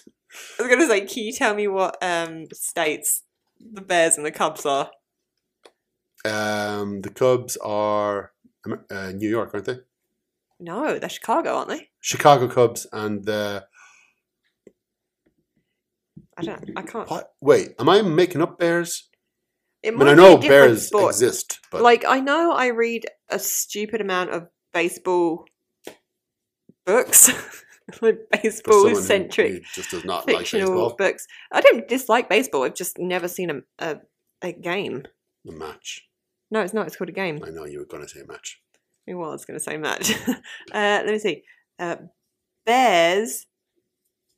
[SPEAKER 3] I was gonna say, can you tell me what um states the Bears and the Cubs are?
[SPEAKER 4] Um, the Cubs are Amer- uh, New York, aren't they?
[SPEAKER 3] No, they're Chicago, aren't they?
[SPEAKER 4] Chicago Cubs and the
[SPEAKER 3] I don't. I can't.
[SPEAKER 4] what? Wait, am I making up bears?
[SPEAKER 3] It
[SPEAKER 4] I mean, I
[SPEAKER 3] be
[SPEAKER 4] know
[SPEAKER 3] different
[SPEAKER 4] bears
[SPEAKER 3] sports.
[SPEAKER 4] exist, but
[SPEAKER 3] Like I know I read a stupid amount of baseball books, like
[SPEAKER 4] for someone
[SPEAKER 3] baseball
[SPEAKER 4] who- who
[SPEAKER 3] centric
[SPEAKER 4] just does not like
[SPEAKER 3] fictional
[SPEAKER 4] baseball.
[SPEAKER 3] books. I don't dislike baseball. I've just never seen a a, a game.
[SPEAKER 4] The match.
[SPEAKER 3] No, it's not. It's called a game. Oh,
[SPEAKER 4] I know you were going to say match.
[SPEAKER 3] I was going to say match. uh, let me see. Uh, Bears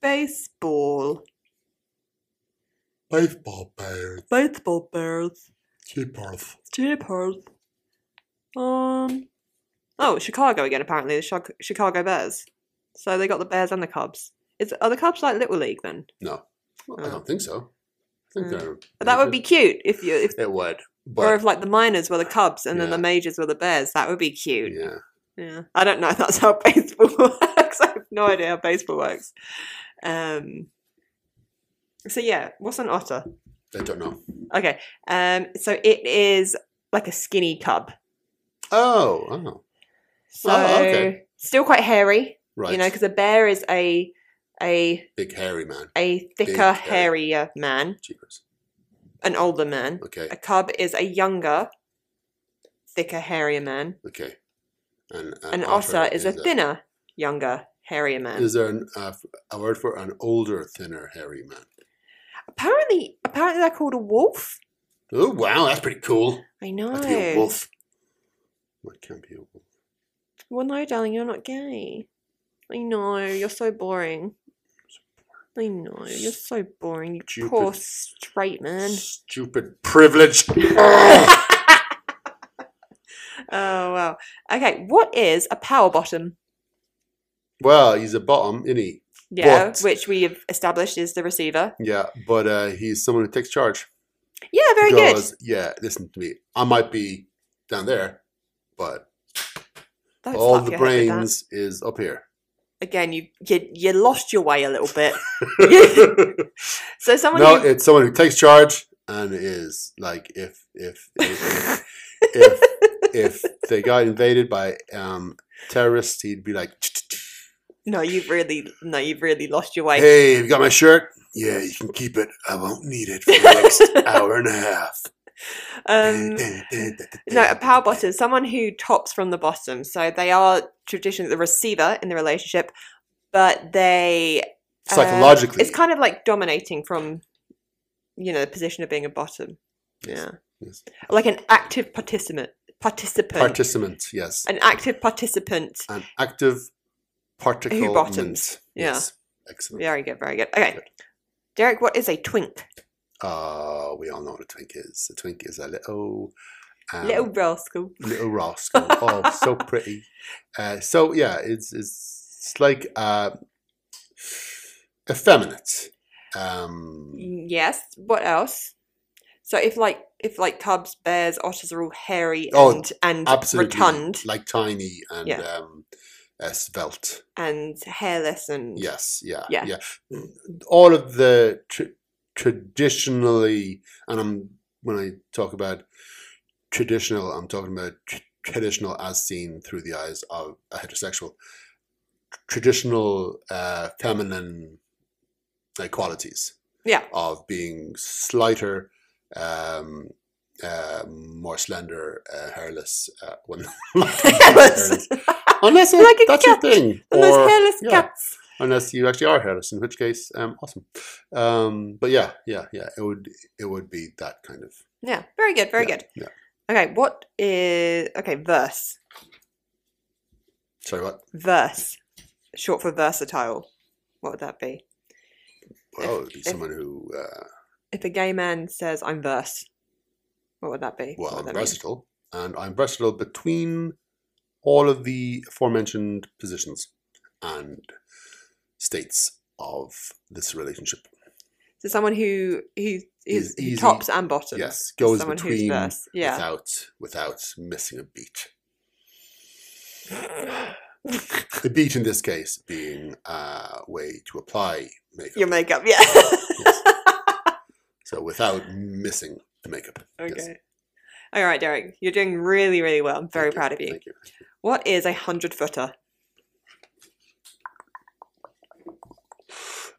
[SPEAKER 3] baseball.
[SPEAKER 4] Baseball bears,
[SPEAKER 3] Baseball Bears.
[SPEAKER 4] keepers.
[SPEAKER 3] Jeepers. Um. Oh, Chicago again. Apparently, the Chic- Chicago Bears. So they got the Bears and the Cubs. Is are the Cubs like Little League then?
[SPEAKER 4] No, I
[SPEAKER 3] Oh.
[SPEAKER 4] don't think so. I think
[SPEAKER 3] Mm.
[SPEAKER 4] they're.
[SPEAKER 3] But that would be cute if you if
[SPEAKER 4] It would,
[SPEAKER 3] or
[SPEAKER 4] but
[SPEAKER 3] if like the minors were the Cubs and then
[SPEAKER 4] Yeah.
[SPEAKER 3] the majors were the Bears. That would be cute.
[SPEAKER 4] yeah,
[SPEAKER 3] Yeah, I don't know. if That's how baseball works. I have no idea how baseball works. Um. So yeah, what's an otter?
[SPEAKER 4] I don't know.
[SPEAKER 3] Okay. Um. So it is like a skinny cub.
[SPEAKER 4] Oh, oh,
[SPEAKER 3] So
[SPEAKER 4] okay.
[SPEAKER 3] still quite hairy,
[SPEAKER 4] right.
[SPEAKER 3] you know, because a bear is a a
[SPEAKER 4] big hairy man.
[SPEAKER 3] a thicker,
[SPEAKER 4] hairy.
[SPEAKER 3] hairier man,
[SPEAKER 4] Jeepers.
[SPEAKER 3] an older man.
[SPEAKER 4] Okay.
[SPEAKER 3] A cub is a younger, thicker, hairier man.
[SPEAKER 4] Okay. uh, And
[SPEAKER 3] An otter is a thinner, younger, hairier man.
[SPEAKER 4] Is there an, uh, f- a word for an older, thinner, hairy man?
[SPEAKER 3] Apparently, apparently they're called a wolf.
[SPEAKER 4] Oh wow, that's pretty cool.
[SPEAKER 3] I know.
[SPEAKER 4] I have to be a wolf. I can't be a wolf.
[SPEAKER 3] Well, no, darling, you're not gay. I know. You're so boring. I know. You're so boring. You poor
[SPEAKER 4] Stupid.
[SPEAKER 3] straight man.
[SPEAKER 4] Stupid privilege.
[SPEAKER 3] oh wow. Okay, what is a power bottom?
[SPEAKER 4] well, he's a bottom, isn't he?
[SPEAKER 3] Yeah,
[SPEAKER 4] What?
[SPEAKER 3] which we have established is the receiver.
[SPEAKER 4] Yeah, but uh, he's someone who takes charge.
[SPEAKER 3] Yeah, very good.
[SPEAKER 4] Because, Yeah, listen to me. I might be down there, but
[SPEAKER 3] Don't
[SPEAKER 4] all
[SPEAKER 3] slap your head with
[SPEAKER 4] the
[SPEAKER 3] that.
[SPEAKER 4] brains is up here.
[SPEAKER 3] Again, you, you you lost your way a little bit. So someone
[SPEAKER 4] no,
[SPEAKER 3] who
[SPEAKER 4] it's someone who takes charge and is like if if if if, if they got invaded by um terrorists, he'd be like,
[SPEAKER 3] no, you've really no, you've really lost your way.
[SPEAKER 4] "Hey, have you got my shirt? Yeah, you can keep it. I won't need it for the next hour and a half."
[SPEAKER 3] Um, no, a power bottom, someone who tops from the bottom. So they are traditionally the receiver in the relationship, but they uh,
[SPEAKER 4] Psychologically,
[SPEAKER 3] it's kind of like dominating from, you know, the position of being a bottom. Yeah,
[SPEAKER 4] yes.
[SPEAKER 3] like an active participant, participant,
[SPEAKER 4] participant. Yes,
[SPEAKER 3] an active participant.
[SPEAKER 4] an active particle.
[SPEAKER 3] bottoms, yeah.
[SPEAKER 4] excellent.
[SPEAKER 3] Very good, very good. Okay, Derek, what is a twink?
[SPEAKER 4] Ah, Uh, we all know what a twink is. A twink is a little Um,
[SPEAKER 3] Little rascal.
[SPEAKER 4] little rascal. oh, so pretty. Uh, so yeah, it's it's, it's like uh, effeminate. Um,
[SPEAKER 3] Yes. What else? So if like if like cubs, bears, otters are all hairy and
[SPEAKER 4] Oh,
[SPEAKER 3] and
[SPEAKER 4] absolutely,
[SPEAKER 3] Mm, rotund
[SPEAKER 4] like tiny and
[SPEAKER 3] Yeah.
[SPEAKER 4] um, uh, svelte.
[SPEAKER 3] and hairless and
[SPEAKER 4] Yes, yeah,
[SPEAKER 3] Yeah.
[SPEAKER 4] All of the tr- traditionally, and I'm when I talk about traditional, I'm talking about tr- traditional as seen through the eyes of a heterosexual. Traditional uh, feminine uh, qualities
[SPEAKER 3] yeah.
[SPEAKER 4] of being slighter, um, uh, more slender, uh, hairless. Uh, well,
[SPEAKER 3] Hairless.
[SPEAKER 4] Unless it,
[SPEAKER 3] Like a
[SPEAKER 4] that's
[SPEAKER 3] cat.
[SPEAKER 4] your thing,
[SPEAKER 3] and those
[SPEAKER 4] or-
[SPEAKER 3] hairless
[SPEAKER 4] yeah
[SPEAKER 3] cats.
[SPEAKER 4] unless you actually are hairless, in which case, um, awesome. Um, but yeah, yeah, yeah, it would it would be that kind of
[SPEAKER 3] Yeah. Very good. Very good.
[SPEAKER 4] yeah.
[SPEAKER 3] Okay. What is okay? Verse.
[SPEAKER 4] sorry what?
[SPEAKER 3] Verse. Short for versatile. What would that be?
[SPEAKER 4] Well, Oh, it would be
[SPEAKER 3] if-
[SPEAKER 4] someone who uh,
[SPEAKER 3] If a gay man says, "I'm verse," what would that be? What
[SPEAKER 4] well,
[SPEAKER 3] would
[SPEAKER 4] I'm
[SPEAKER 3] that mean?
[SPEAKER 4] versatile, and I'm versatile between all of the aforementioned positions and states of this relationship.
[SPEAKER 3] So someone who who is
[SPEAKER 4] Is
[SPEAKER 3] who
[SPEAKER 4] easy-
[SPEAKER 3] tops and bottoms.
[SPEAKER 4] yes,
[SPEAKER 3] is
[SPEAKER 4] goes
[SPEAKER 3] someone
[SPEAKER 4] between
[SPEAKER 3] who's verse. Yeah.
[SPEAKER 4] without without missing a beat. The beat in this case being uh, a way to apply makeup.
[SPEAKER 3] Your makeup. Yeah.
[SPEAKER 4] So without missing the makeup.
[SPEAKER 3] okay.
[SPEAKER 4] Yes.
[SPEAKER 3] All right, Derek. You're doing really, really well. I'm very
[SPEAKER 4] Thank
[SPEAKER 3] proud of you.
[SPEAKER 4] Thank you.
[SPEAKER 3] What is a hundred footer?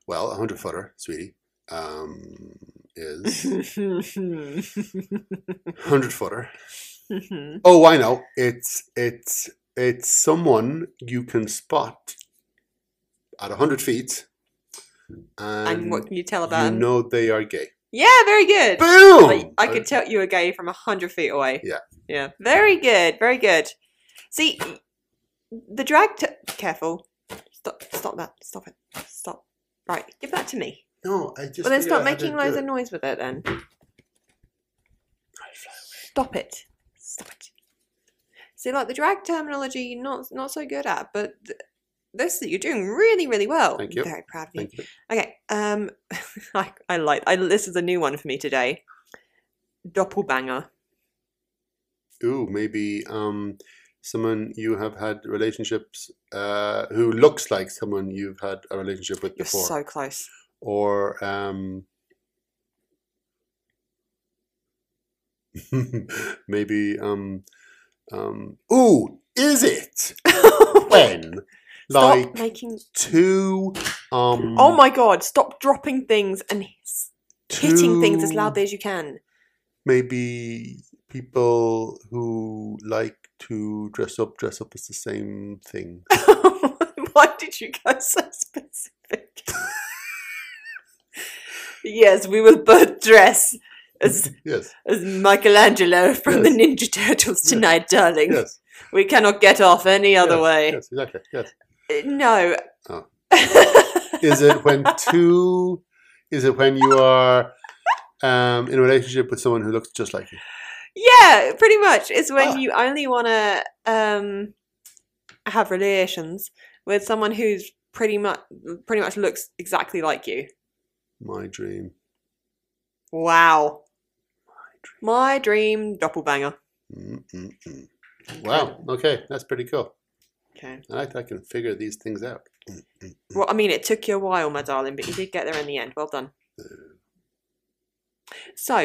[SPEAKER 4] Well, a hundred footer, sweetie, um, is hundred footer. Oh, I know. It's it's it's someone you can spot at a hundred feet, and,
[SPEAKER 3] and what can you tell
[SPEAKER 4] you
[SPEAKER 3] about 'em?
[SPEAKER 4] know they are gay.
[SPEAKER 3] Yeah, very good.
[SPEAKER 4] Boom!
[SPEAKER 3] Like, I could tell you were gay from a hundred feet away.
[SPEAKER 4] Yeah.
[SPEAKER 3] Yeah. Very good. Very good. See, the drag. T- Careful. Stop. Stop that. Stop it. Stop. Right. Give that to me.
[SPEAKER 4] no, I just
[SPEAKER 3] well, then
[SPEAKER 4] figured
[SPEAKER 3] stop
[SPEAKER 4] out how to
[SPEAKER 3] making
[SPEAKER 4] do
[SPEAKER 3] loads
[SPEAKER 4] it.
[SPEAKER 3] of noise with it. Then. Stop it. Stop it. See, like the drag terminology, you're not not so good at, but th- this you're doing really, really well.
[SPEAKER 4] Thank you.
[SPEAKER 3] I'm very proud of you.
[SPEAKER 4] Thank you.
[SPEAKER 3] Okay. Um, I, I like. I this is a new one for me today. Doppelbanger.
[SPEAKER 4] Ooh, maybe um, someone you have had relationships uh, who looks like someone you've had a relationship with
[SPEAKER 3] You're
[SPEAKER 4] before.
[SPEAKER 3] so close.
[SPEAKER 4] or um, maybe um, um, ooh, is it when
[SPEAKER 3] Stop
[SPEAKER 4] like
[SPEAKER 3] making.
[SPEAKER 4] two um
[SPEAKER 3] Oh my god! Stop dropping things and s- hitting things as
[SPEAKER 4] two
[SPEAKER 3] loudly as you can.
[SPEAKER 4] maybe people who like to dress up dress up as the same thing.
[SPEAKER 3] Why did you go so specific? yes, we will both dress as
[SPEAKER 4] Yes,
[SPEAKER 3] as Michelangelo from the Ninja Turtles
[SPEAKER 4] Yes.
[SPEAKER 3] tonight, darling.
[SPEAKER 4] yes,
[SPEAKER 3] We cannot get off any other
[SPEAKER 4] yes,
[SPEAKER 3] way.
[SPEAKER 4] yes, exactly. Yes.
[SPEAKER 3] Uh, No.
[SPEAKER 4] Oh. is it when two is it when you are um, in a relationship with someone who looks just like you
[SPEAKER 3] yeah, pretty much. It's when
[SPEAKER 4] Ah.
[SPEAKER 3] you only want to um, have relations with someone who's pretty much pretty much looks exactly like you.
[SPEAKER 4] my dream
[SPEAKER 3] Wow. My dream doppelbanger.
[SPEAKER 4] Mm-mm-mm. wow okay that's pretty cool
[SPEAKER 3] Okay.
[SPEAKER 4] i like that i can figure these things out Mm-mm.
[SPEAKER 3] Well, I mean, it took you a while, my darling, but you did get there in the end. Well done.
[SPEAKER 4] Mm.
[SPEAKER 3] So,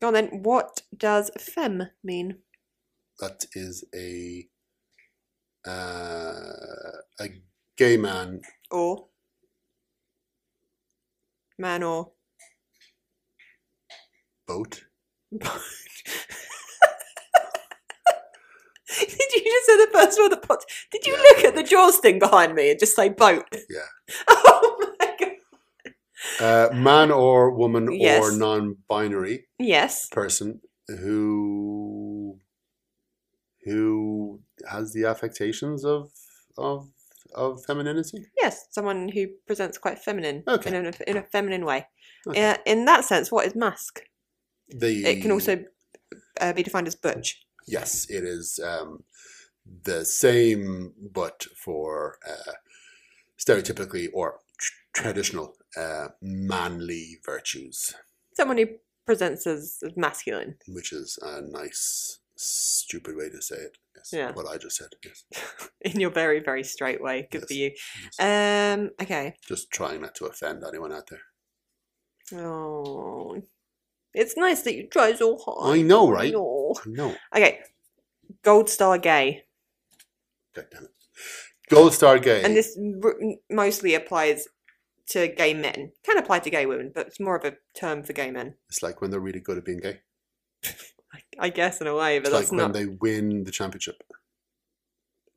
[SPEAKER 3] go on then. What does femme mean?
[SPEAKER 4] that is a uh, a gay man
[SPEAKER 3] Or man or
[SPEAKER 4] boat
[SPEAKER 3] did you just say the first word? The pot? Did you
[SPEAKER 4] Yeah,
[SPEAKER 3] look at the Jaws thing behind me and just say boat?
[SPEAKER 4] Yeah.
[SPEAKER 3] Oh my god.
[SPEAKER 4] uh, man or woman or
[SPEAKER 3] Yes.
[SPEAKER 4] non-binary
[SPEAKER 3] Yes.
[SPEAKER 4] person who who has the affectations of of of femininity.
[SPEAKER 3] Yes. Someone who presents quite feminine
[SPEAKER 4] Okay.
[SPEAKER 3] in, a, in a feminine way.
[SPEAKER 4] Okay. E
[SPEAKER 3] Uh, in that sense, what is mask?
[SPEAKER 4] The
[SPEAKER 3] It can also uh, be defined as butch.
[SPEAKER 4] Yes, it is um, the same, but for uh, stereotypically or tr- traditional uh, manly virtues,
[SPEAKER 3] Someone who presents as as masculine.
[SPEAKER 4] which is a nice, stupid way to say it. Yes,
[SPEAKER 3] Yeah.
[SPEAKER 4] what I just said. Yes,
[SPEAKER 3] in your very very straight way. Good for you.
[SPEAKER 4] Yes.
[SPEAKER 3] Um. Okay.
[SPEAKER 4] just trying not to offend anyone out there.
[SPEAKER 3] Oh, it's nice that you try so hard.
[SPEAKER 4] I know, right?
[SPEAKER 3] Aw.
[SPEAKER 4] No,
[SPEAKER 3] Okay. Gold star gay,
[SPEAKER 4] God damn it. Gold Star Gay.
[SPEAKER 3] and this r- mostly applies to gay men. Can apply to gay women, but it's more of a term for gay men,
[SPEAKER 4] it's like when they're really good at being gay.
[SPEAKER 3] I- I guess, in a way. But
[SPEAKER 4] It's
[SPEAKER 3] that's
[SPEAKER 4] like when
[SPEAKER 3] not.
[SPEAKER 4] they win the championship.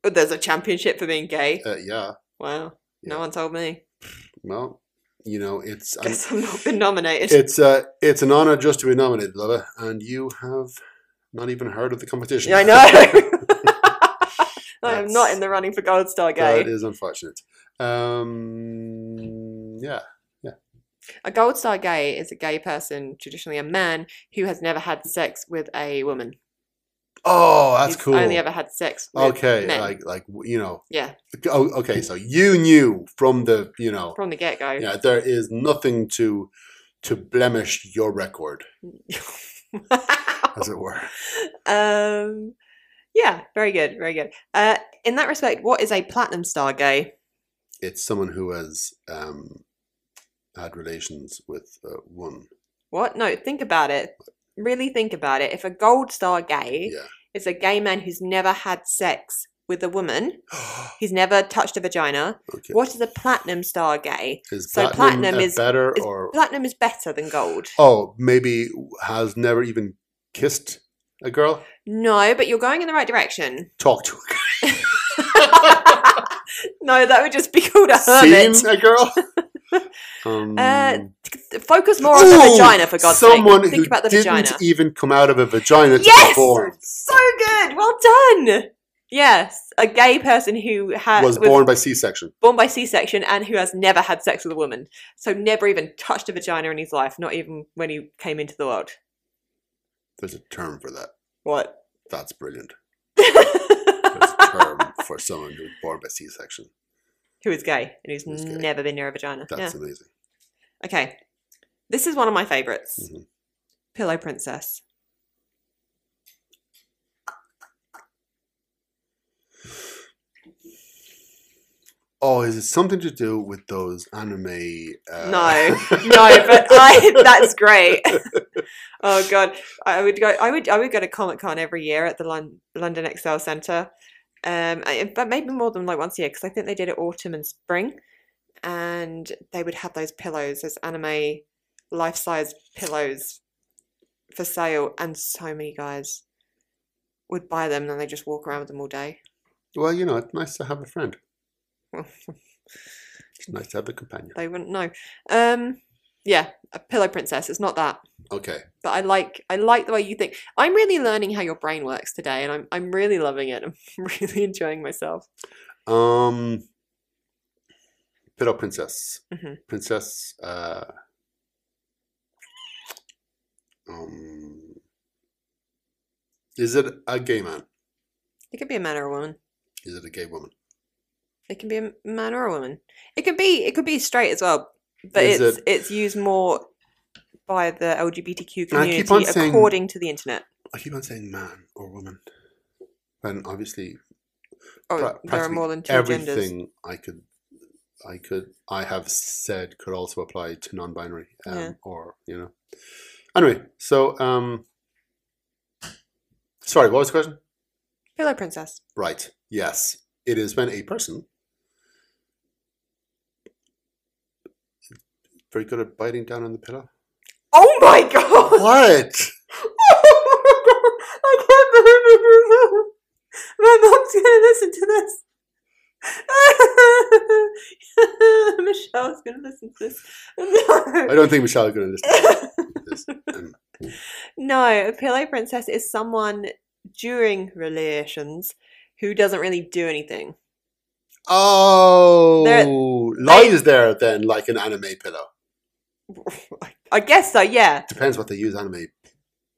[SPEAKER 3] But there's a championship for being gay.
[SPEAKER 4] Uh, yeah.
[SPEAKER 3] wow. No
[SPEAKER 4] yeah.
[SPEAKER 3] one told me.
[SPEAKER 4] Well, you know, it's I'm-
[SPEAKER 3] Guess I've not been nominated.
[SPEAKER 4] it's uh, it's an honor just to be nominated, lover, and you have not even heard of the competition.
[SPEAKER 3] Yeah, I know. I am not
[SPEAKER 4] That's-
[SPEAKER 3] in the running for gold star gay.
[SPEAKER 4] that is unfortunate. Um, yeah,
[SPEAKER 3] A gold star gay is a gay person, traditionally a man, who has never had sex with a woman.
[SPEAKER 4] Oh, that's
[SPEAKER 3] He's
[SPEAKER 4] cool.
[SPEAKER 3] Only ever had sex with
[SPEAKER 4] okay,
[SPEAKER 3] men.
[SPEAKER 4] like like you know.
[SPEAKER 3] Yeah.
[SPEAKER 4] Oh, okay. So you knew from the you know,
[SPEAKER 3] from the get go.
[SPEAKER 4] yeah, there is nothing to to blemish your record, as it were.
[SPEAKER 3] um, yeah, very good, very good. Uh, in that respect, what is a platinum star gay?
[SPEAKER 4] It's someone who has um had relations with uh, one.
[SPEAKER 3] What? No, think about it. Really think about it. If a gold star gay
[SPEAKER 4] Yeah.
[SPEAKER 3] is a gay man who's never had sex with a woman, he's never touched a vagina,
[SPEAKER 4] okay.
[SPEAKER 3] what is a platinum star gay?
[SPEAKER 4] Is
[SPEAKER 3] so
[SPEAKER 4] platinum,
[SPEAKER 3] platinum
[SPEAKER 4] a
[SPEAKER 3] is-
[SPEAKER 4] better
[SPEAKER 3] is
[SPEAKER 4] or
[SPEAKER 3] Platinum is better than gold.
[SPEAKER 4] oh maybe has never even kissed a girl,
[SPEAKER 3] No, but you're going in the right direction.
[SPEAKER 4] talked to a
[SPEAKER 3] no, that would just be called a
[SPEAKER 4] girl,
[SPEAKER 3] hermit.
[SPEAKER 4] seen a girl. um,
[SPEAKER 3] Focus Uh, more on the
[SPEAKER 4] Ooh,
[SPEAKER 3] vagina, for God's sake.
[SPEAKER 4] someone
[SPEAKER 3] Think
[SPEAKER 4] who
[SPEAKER 3] about the
[SPEAKER 4] didn't
[SPEAKER 3] vagina.
[SPEAKER 4] even come out of a vagina to
[SPEAKER 3] Yes!
[SPEAKER 4] perform
[SPEAKER 3] So good. Well done. Yes, a gay person who had
[SPEAKER 4] was born by C-section.
[SPEAKER 3] born by C-section and who has never had sex with a woman, so never even touched a vagina in his life, not even when he came into the world.
[SPEAKER 4] There's a term for that.
[SPEAKER 3] What?
[SPEAKER 4] That's brilliant. There's a term for someone who was born by C-section.
[SPEAKER 3] who is gay and who's,
[SPEAKER 4] Who's gay.
[SPEAKER 3] never been near a vagina.
[SPEAKER 4] That's
[SPEAKER 3] yeah.
[SPEAKER 4] amazing.
[SPEAKER 3] Okay. This is one of my favorites.
[SPEAKER 4] Mhm.
[SPEAKER 3] Pillow Princess.
[SPEAKER 4] Oh, is it something to do with those anime? Uh,
[SPEAKER 3] No, No, but I that's great. oh god, I would go. I would. I would go to Comic Con every year at the Lon- London Excel Centre, um, I- but maybe more than like once a year because I think they did it autumn and spring, and they would have those pillows, those anime life-size pillows, for sale, and so many guys would buy them, and then they just walk around with them all day.
[SPEAKER 4] Well, you know, it's nice to have a friend. It's nice to have a companion.
[SPEAKER 3] they wouldn't know. Um, yeah, a pillow princess. It's not that.
[SPEAKER 4] Okay.
[SPEAKER 3] but I like I like the way you think. I'm really learning how your brain works today, and I'm I'm really loving it. I'm really enjoying myself.
[SPEAKER 4] Um, Pillow Princess.
[SPEAKER 3] Mhm.
[SPEAKER 4] Princess. Uh, um, is it a gay man?
[SPEAKER 3] It could be a man or a woman.
[SPEAKER 4] Is it a gay woman?
[SPEAKER 3] It can be a man or a woman. It could be it could be straight as well, but
[SPEAKER 4] Is
[SPEAKER 3] it's
[SPEAKER 4] it-
[SPEAKER 3] it's used more by the LGBTQ
[SPEAKER 4] And I keep
[SPEAKER 3] community
[SPEAKER 4] on saying-
[SPEAKER 3] according to the internet.
[SPEAKER 4] I keep on saying man or woman. When obviously
[SPEAKER 3] Oh,
[SPEAKER 4] pra-
[SPEAKER 3] there are
[SPEAKER 4] practically
[SPEAKER 3] more than two genders.
[SPEAKER 4] everything I could, I could, I have said could also apply to non-binary, um,
[SPEAKER 3] Yeah.
[SPEAKER 4] or you know. Anyway, so um, sorry, what was the question?
[SPEAKER 3] Pillow princess.
[SPEAKER 4] Right. Yes, it is when a person very good at biting down on the pillow.
[SPEAKER 3] Oh my god!
[SPEAKER 4] What?
[SPEAKER 3] I can't believe it was My mom's gonna listen to this. Michelle's gonna listen to this.
[SPEAKER 4] I
[SPEAKER 3] No.
[SPEAKER 4] don't think Michelle is going to listen. To this. Um,
[SPEAKER 3] no, a pillow princess is someone during relations who doesn't really do anything.
[SPEAKER 4] oh, lies there then, like an anime pillow.
[SPEAKER 3] I guess so, yeah.
[SPEAKER 4] Depends what they use anime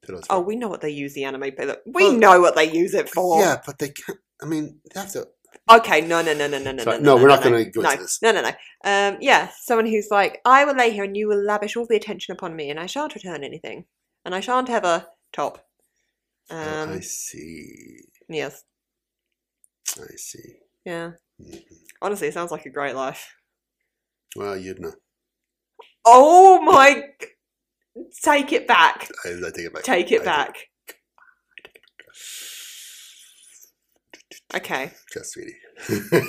[SPEAKER 4] to those.
[SPEAKER 3] Oh,
[SPEAKER 4] films.
[SPEAKER 3] we know what they use the anime. But we
[SPEAKER 4] Well,
[SPEAKER 3] know what they use it for.
[SPEAKER 4] yeah, but they can't. I mean, they have to. oh,
[SPEAKER 3] Okay. No. No. No. No. No. No.
[SPEAKER 4] Sorry,
[SPEAKER 3] no,
[SPEAKER 4] no, we're not
[SPEAKER 3] no,
[SPEAKER 4] gonna go
[SPEAKER 3] no,
[SPEAKER 4] into this.
[SPEAKER 3] No. No. No. Um. Yeah. Someone who's like, I will lay here, and you will lavish all the attention upon me, and I shan't return anything, and I shan't have a top.
[SPEAKER 4] Oh,
[SPEAKER 3] Um.
[SPEAKER 4] I see.
[SPEAKER 3] Yes.
[SPEAKER 4] I see.
[SPEAKER 3] Yeah.
[SPEAKER 4] Mhm.
[SPEAKER 3] Honestly, it sounds like a great life.
[SPEAKER 4] Well, you'd know.
[SPEAKER 3] Oh my! Take it back.
[SPEAKER 4] I, I take it back.
[SPEAKER 3] Take
[SPEAKER 4] I
[SPEAKER 3] it back. Okay.
[SPEAKER 4] Just sweetie.
[SPEAKER 3] You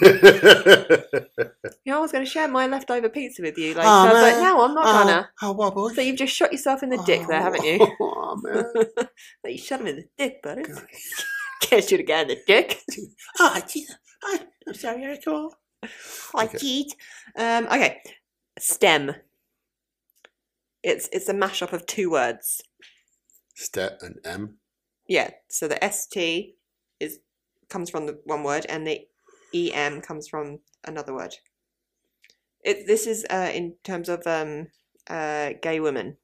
[SPEAKER 3] know, I was going to share my leftover pizza with you later,
[SPEAKER 4] Aw,
[SPEAKER 3] but
[SPEAKER 4] man.
[SPEAKER 3] no, I'm not gonna.
[SPEAKER 4] Oh, wobble.
[SPEAKER 3] So you've just shot yourself in the dick there, haven't you?
[SPEAKER 4] Oh, man.
[SPEAKER 3] Well, you shot him in the dick, buddy.
[SPEAKER 4] God.
[SPEAKER 3] Can't shoot a guy in the dick.
[SPEAKER 4] Ah, Jesus. I, I'm sorry, I call.
[SPEAKER 3] I
[SPEAKER 4] Okay.
[SPEAKER 3] cheat. Um, okay. STEM. It's it's a mashup of two words.
[SPEAKER 4] Step and M.
[SPEAKER 3] Yeah. So the ST is comes from the one word, and the EM comes from another word. It this is uh, in terms of um, uh, gay women.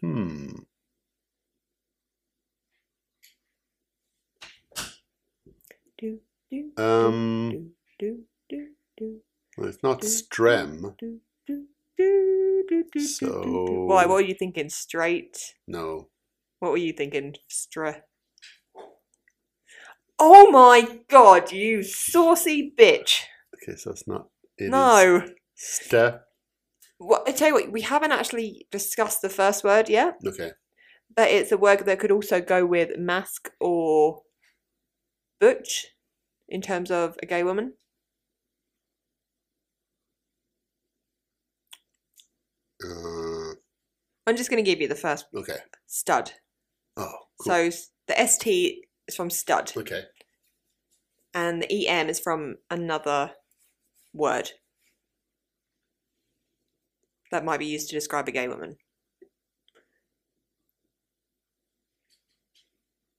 [SPEAKER 4] Hmm.
[SPEAKER 3] Do, do, do,
[SPEAKER 4] Um,
[SPEAKER 3] do, do, do,
[SPEAKER 4] well, it's not strem.
[SPEAKER 3] do, do, do, do, do, do, do, do. Why? What
[SPEAKER 4] So-
[SPEAKER 3] were you thinking? Straight?
[SPEAKER 4] No.
[SPEAKER 3] What were you thinking? Stra. Oh my god, you saucy bitch!
[SPEAKER 4] Okay, so it's not. It is
[SPEAKER 3] no.
[SPEAKER 4] Step.
[SPEAKER 3] What, I tell you what, we haven't actually discussed the first word yet,
[SPEAKER 4] Okay.
[SPEAKER 3] but it's a word that could also go with mask or butch in terms of a gay woman.
[SPEAKER 4] Uh,
[SPEAKER 3] I'm just going to give you the first
[SPEAKER 4] okay.
[SPEAKER 3] stud.
[SPEAKER 4] Oh,
[SPEAKER 3] So
[SPEAKER 4] cool.
[SPEAKER 3] s- the ST is from stud
[SPEAKER 4] okay.
[SPEAKER 3] and the EM is from another word that might be used to describe a gay woman.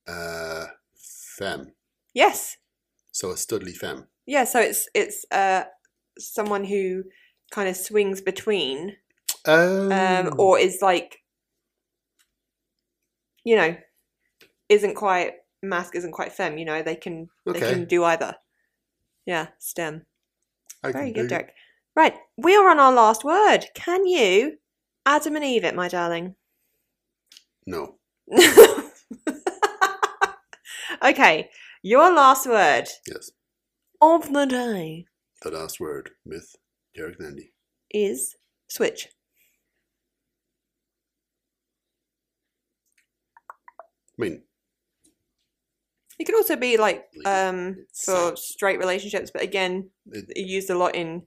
[SPEAKER 4] Uh, femme.
[SPEAKER 3] Yes.
[SPEAKER 4] So a studly femme.
[SPEAKER 3] Yeah, so it's it's uh someone who kind of swings between
[SPEAKER 4] Um,
[SPEAKER 3] um, or is like, you know, isn't quite mask, isn't quite femme. You know, they can they
[SPEAKER 4] okay.
[SPEAKER 3] can do either. Yeah, STEM.
[SPEAKER 4] I
[SPEAKER 3] Very
[SPEAKER 4] can
[SPEAKER 3] good,
[SPEAKER 4] do-
[SPEAKER 3] Derek. Right, we are on our last word. Can you, Adam and Eve, it, my darling?
[SPEAKER 4] No.
[SPEAKER 3] okay, your last word
[SPEAKER 4] Yes.
[SPEAKER 3] of the day
[SPEAKER 4] The last word with Derek and Andy.
[SPEAKER 3] is switch.
[SPEAKER 4] I mean,
[SPEAKER 3] It could also be like
[SPEAKER 4] Leave it.
[SPEAKER 3] um,
[SPEAKER 4] It's
[SPEAKER 3] for
[SPEAKER 4] sad.
[SPEAKER 3] straight relationships, but again,
[SPEAKER 4] it, I
[SPEAKER 3] it used a lot in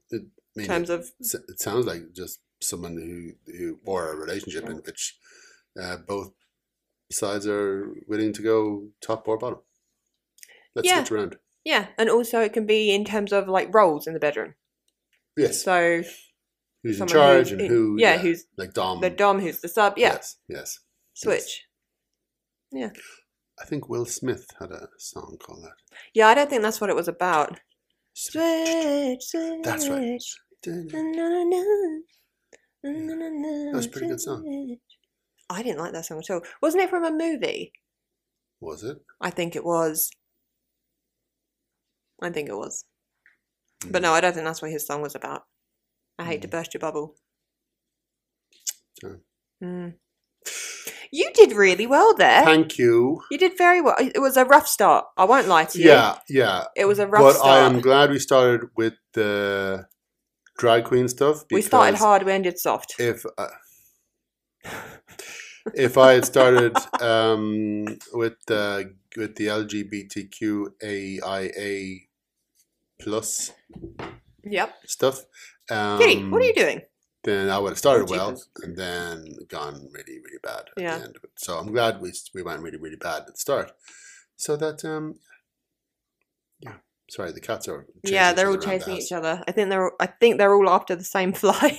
[SPEAKER 4] mean,
[SPEAKER 3] terms of
[SPEAKER 4] S- it sounds like just someone who, who or a relationship in which uh, both sides are willing to go top or bottom. Let's
[SPEAKER 3] Yeah.
[SPEAKER 4] switch around.
[SPEAKER 3] Yeah, and also it can be in terms of like roles in the bedroom.
[SPEAKER 4] Yes,
[SPEAKER 3] So
[SPEAKER 4] who's in
[SPEAKER 3] someone
[SPEAKER 4] charge
[SPEAKER 3] who's
[SPEAKER 4] and
[SPEAKER 3] in-
[SPEAKER 4] who? Um,
[SPEAKER 3] yeah, who's
[SPEAKER 4] like dom?
[SPEAKER 3] the dom, who's the sub. Yeah,
[SPEAKER 4] Yes, yes.
[SPEAKER 3] switch.
[SPEAKER 4] I think Will Smith had a song called that.
[SPEAKER 3] Yeah, I don't think that's what it was about. Switch, switch.
[SPEAKER 4] That's right.
[SPEAKER 3] Na, na, na, na. Na, na, na,
[SPEAKER 4] That was a pretty good song.
[SPEAKER 3] switch. I didn't like that song at all. Wasn't it from a movie?
[SPEAKER 4] Was it?
[SPEAKER 3] I think it was. I think it was. But no, I don't think that's what his song was about. I hate
[SPEAKER 4] Mm.
[SPEAKER 3] to burst your bubble.
[SPEAKER 4] Sorry.
[SPEAKER 3] Mm. You did really well there.
[SPEAKER 4] Thank you.
[SPEAKER 3] You did very well. It was a rough start. I won't lie to you.
[SPEAKER 4] Yeah, yeah.
[SPEAKER 3] It was a rough
[SPEAKER 4] But
[SPEAKER 3] start.
[SPEAKER 4] I am glad we started with the drag queen stuff.
[SPEAKER 3] we started
[SPEAKER 4] because-
[SPEAKER 3] hard, we ended soft.
[SPEAKER 4] if I, if I had started um, with the with the LGBTQAIA plus
[SPEAKER 3] yep.
[SPEAKER 4] stuff, um,
[SPEAKER 3] Kitty, what are you doing?
[SPEAKER 4] Then I would have started
[SPEAKER 3] Oh,
[SPEAKER 4] well
[SPEAKER 3] jeepers.
[SPEAKER 4] and then gone really really bad at
[SPEAKER 3] Yeah.
[SPEAKER 4] the end of it. So I'm glad we we went really really bad at the start, so that um, yeah. Sorry, the cats are chasing
[SPEAKER 3] yeah,
[SPEAKER 4] each
[SPEAKER 3] they're all
[SPEAKER 4] other around the
[SPEAKER 3] chasing
[SPEAKER 4] house.
[SPEAKER 3] each other. I think they're I think they're all after the same fly.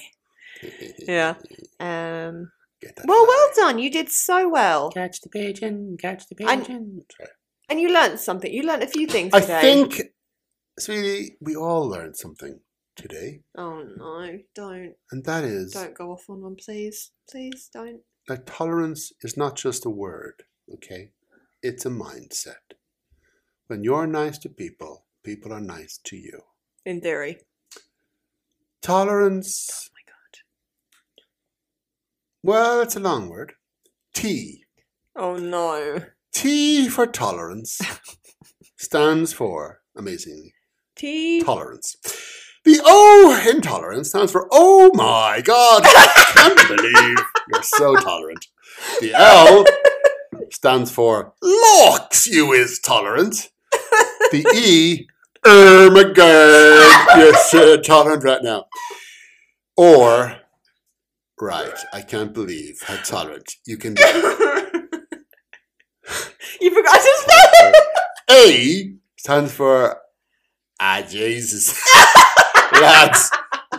[SPEAKER 3] Yeah. Um
[SPEAKER 4] Get that
[SPEAKER 3] well, well
[SPEAKER 4] fly.
[SPEAKER 3] done. You did so well.
[SPEAKER 1] Catch the pigeon, catch the
[SPEAKER 3] And-
[SPEAKER 1] pigeon.
[SPEAKER 4] Sorry.
[SPEAKER 3] And you learned something. You learned a few things
[SPEAKER 4] I
[SPEAKER 3] today.
[SPEAKER 4] think, sweetie, we all learned something today,
[SPEAKER 3] Oh no, don't
[SPEAKER 4] and that is
[SPEAKER 3] don't go off on one, please. Please don't.
[SPEAKER 4] like tolerance is not just a word, okay? It's a mindset. When you're nice to people, people are nice to you.
[SPEAKER 3] in theory.
[SPEAKER 4] Tolerance,
[SPEAKER 3] Oh my god.
[SPEAKER 4] well, it's a long word. T.
[SPEAKER 3] Oh no.
[SPEAKER 4] T for tolerance stands for, amazingly,
[SPEAKER 3] T.
[SPEAKER 4] tolerance. The O in tolerance stands for, oh my god, I can't believe you're so tolerant. The L stands for, locks you is tolerant. The E, oh my god, you're so tolerant right now. Or, right, I can't believe how tolerant you can be.
[SPEAKER 3] you forgot his name.
[SPEAKER 4] A stands for Ah Jesus. Lads,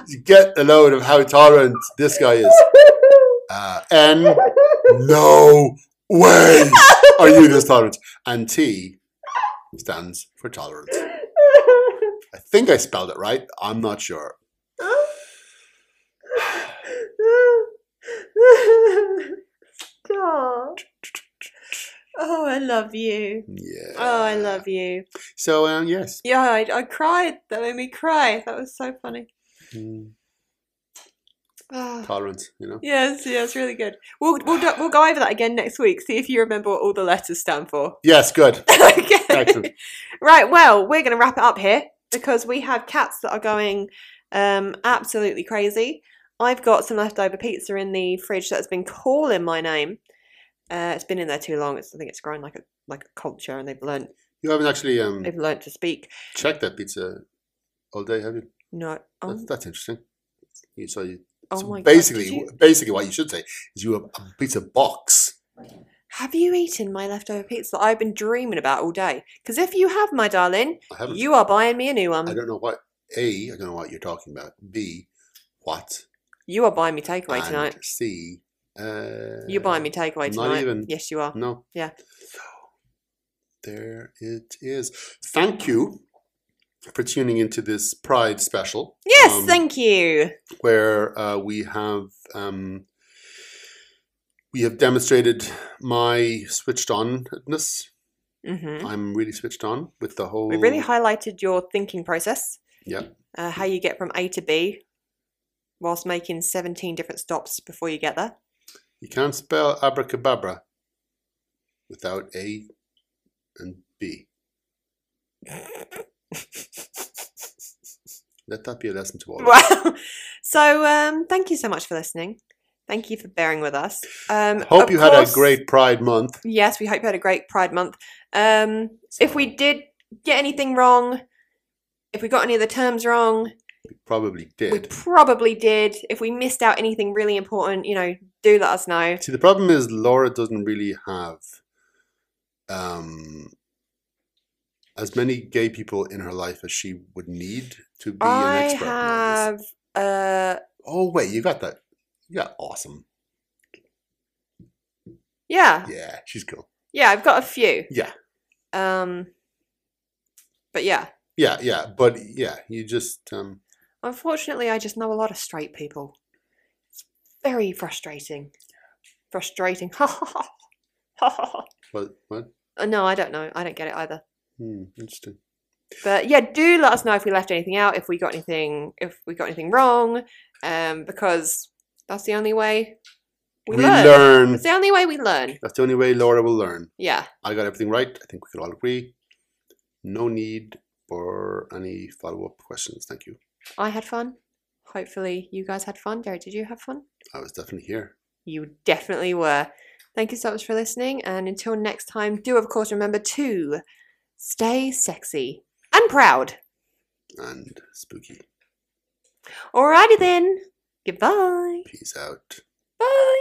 [SPEAKER 4] you get a load of how tolerant this guy is. Uh, N, no way are you this tolerant. And T stands for tolerance. I think I spelled it right. I'm not sure.
[SPEAKER 3] Stop. Oh, I love you.
[SPEAKER 4] Yeah.
[SPEAKER 3] Oh, I love you.
[SPEAKER 4] So um, yes.
[SPEAKER 3] Yeah, I, I cried. That made me cry. That was so funny.
[SPEAKER 4] Mm,
[SPEAKER 3] Ah.
[SPEAKER 4] Tolerance, you know.
[SPEAKER 3] Yes, yes, really good. We'll we'll do, we'll go over that again next week. See if you remember what all the letters stand for.
[SPEAKER 4] Yes, good.
[SPEAKER 3] okay.
[SPEAKER 4] Excellent.
[SPEAKER 3] Right. Well, we're going to wrap it up here because we have cats that are going um, absolutely crazy. I've got some leftover pizza in the fridge that's been calling my name. Uh, it's been in there too long. It's, I think it's grown like a like a culture, and they've learnt
[SPEAKER 4] You haven't actually um,
[SPEAKER 3] they've learnt to speak.
[SPEAKER 4] checked that pizza all day, have you?
[SPEAKER 3] No.
[SPEAKER 4] That's,
[SPEAKER 3] Oh,
[SPEAKER 4] that's interesting. You, so you
[SPEAKER 3] oh
[SPEAKER 4] So
[SPEAKER 3] my
[SPEAKER 4] basically,
[SPEAKER 3] God, did you-
[SPEAKER 4] basically, what you should say is you have a pizza box.
[SPEAKER 3] have you eaten my leftover pizza that I've been dreaming about all day? Because if you have, my darling,
[SPEAKER 4] I haven't.
[SPEAKER 3] you are buying me a new
[SPEAKER 4] Mm. I
[SPEAKER 3] one.
[SPEAKER 4] don't know what A. I don't know what you're talking about. B. What?
[SPEAKER 3] You are buying me takeaway
[SPEAKER 4] and
[SPEAKER 3] tonight.
[SPEAKER 4] C. Uh,
[SPEAKER 3] You're buying me takeaway
[SPEAKER 4] not
[SPEAKER 3] tonight.
[SPEAKER 4] even-
[SPEAKER 3] Yes, you are.
[SPEAKER 4] No.
[SPEAKER 3] Yeah.
[SPEAKER 4] There it is. Thank you for tuning into this Pride special.
[SPEAKER 3] Yes,
[SPEAKER 4] Um,
[SPEAKER 3] thank you.
[SPEAKER 4] where uh, we have um, we have demonstrated my switched onness.
[SPEAKER 3] hmm
[SPEAKER 4] I'm really switched on with the whole.
[SPEAKER 3] We really highlighted your thinking process.
[SPEAKER 4] oh. Yep.
[SPEAKER 3] Uh, how you get from A to B whilst making 17 different stops before you get there.
[SPEAKER 4] You can't spell abracadabra without A and B. Let that be a lesson to all. of us.
[SPEAKER 3] Wow. So, um, thank you so much for listening. Thank you for bearing with us. Um,
[SPEAKER 4] Hope
[SPEAKER 3] of
[SPEAKER 4] you had a
[SPEAKER 3] course-
[SPEAKER 4] great Pride Month.
[SPEAKER 3] Yes, we hope you had a great Pride Month. Um, if we did get anything wrong, if we got any of the terms wrong,
[SPEAKER 4] You probably
[SPEAKER 3] we
[SPEAKER 4] did.
[SPEAKER 3] probably did. If we missed out anything really important, you know, do let us know.
[SPEAKER 4] See, the problem is Laura doesn't really have um, as many gay people in her life as she would need to be
[SPEAKER 3] I
[SPEAKER 4] an expert. in all
[SPEAKER 3] have
[SPEAKER 4] this.
[SPEAKER 3] uh
[SPEAKER 4] Oh wait, you got that? You got awesome.
[SPEAKER 3] yeah.
[SPEAKER 4] Yeah, she's cool.
[SPEAKER 3] Yeah, I've got a few.
[SPEAKER 4] Yeah,
[SPEAKER 3] Um but yeah,
[SPEAKER 4] yeah, yeah. But yeah, you just um,
[SPEAKER 3] unfortunately I just know a lot of straight people. It's very frustrating. Frustrating. Uh,
[SPEAKER 4] what what?
[SPEAKER 3] no, I don't know. I don't get it either.
[SPEAKER 4] Hmm, interesting.
[SPEAKER 3] But yeah, do let us know if we left anything out, if we got anything if we got anything wrong, um because that's the only way we, learn. It's the only way we learn.
[SPEAKER 4] That's the only way Laura will learn.
[SPEAKER 3] Yeah.
[SPEAKER 4] I got everything right. I think we could all agree. No need for any follow up questions. Thank you.
[SPEAKER 3] I had fun. Hopefully, you guys had fun. Derek, did you have fun?
[SPEAKER 4] I was definitely here.
[SPEAKER 3] You definitely were. Thank you so much for listening. And until next time, do of course remember to stay sexy and proud.
[SPEAKER 4] And spooky.
[SPEAKER 3] Alrighty then. Goodbye.
[SPEAKER 4] Peace out.
[SPEAKER 3] Bye.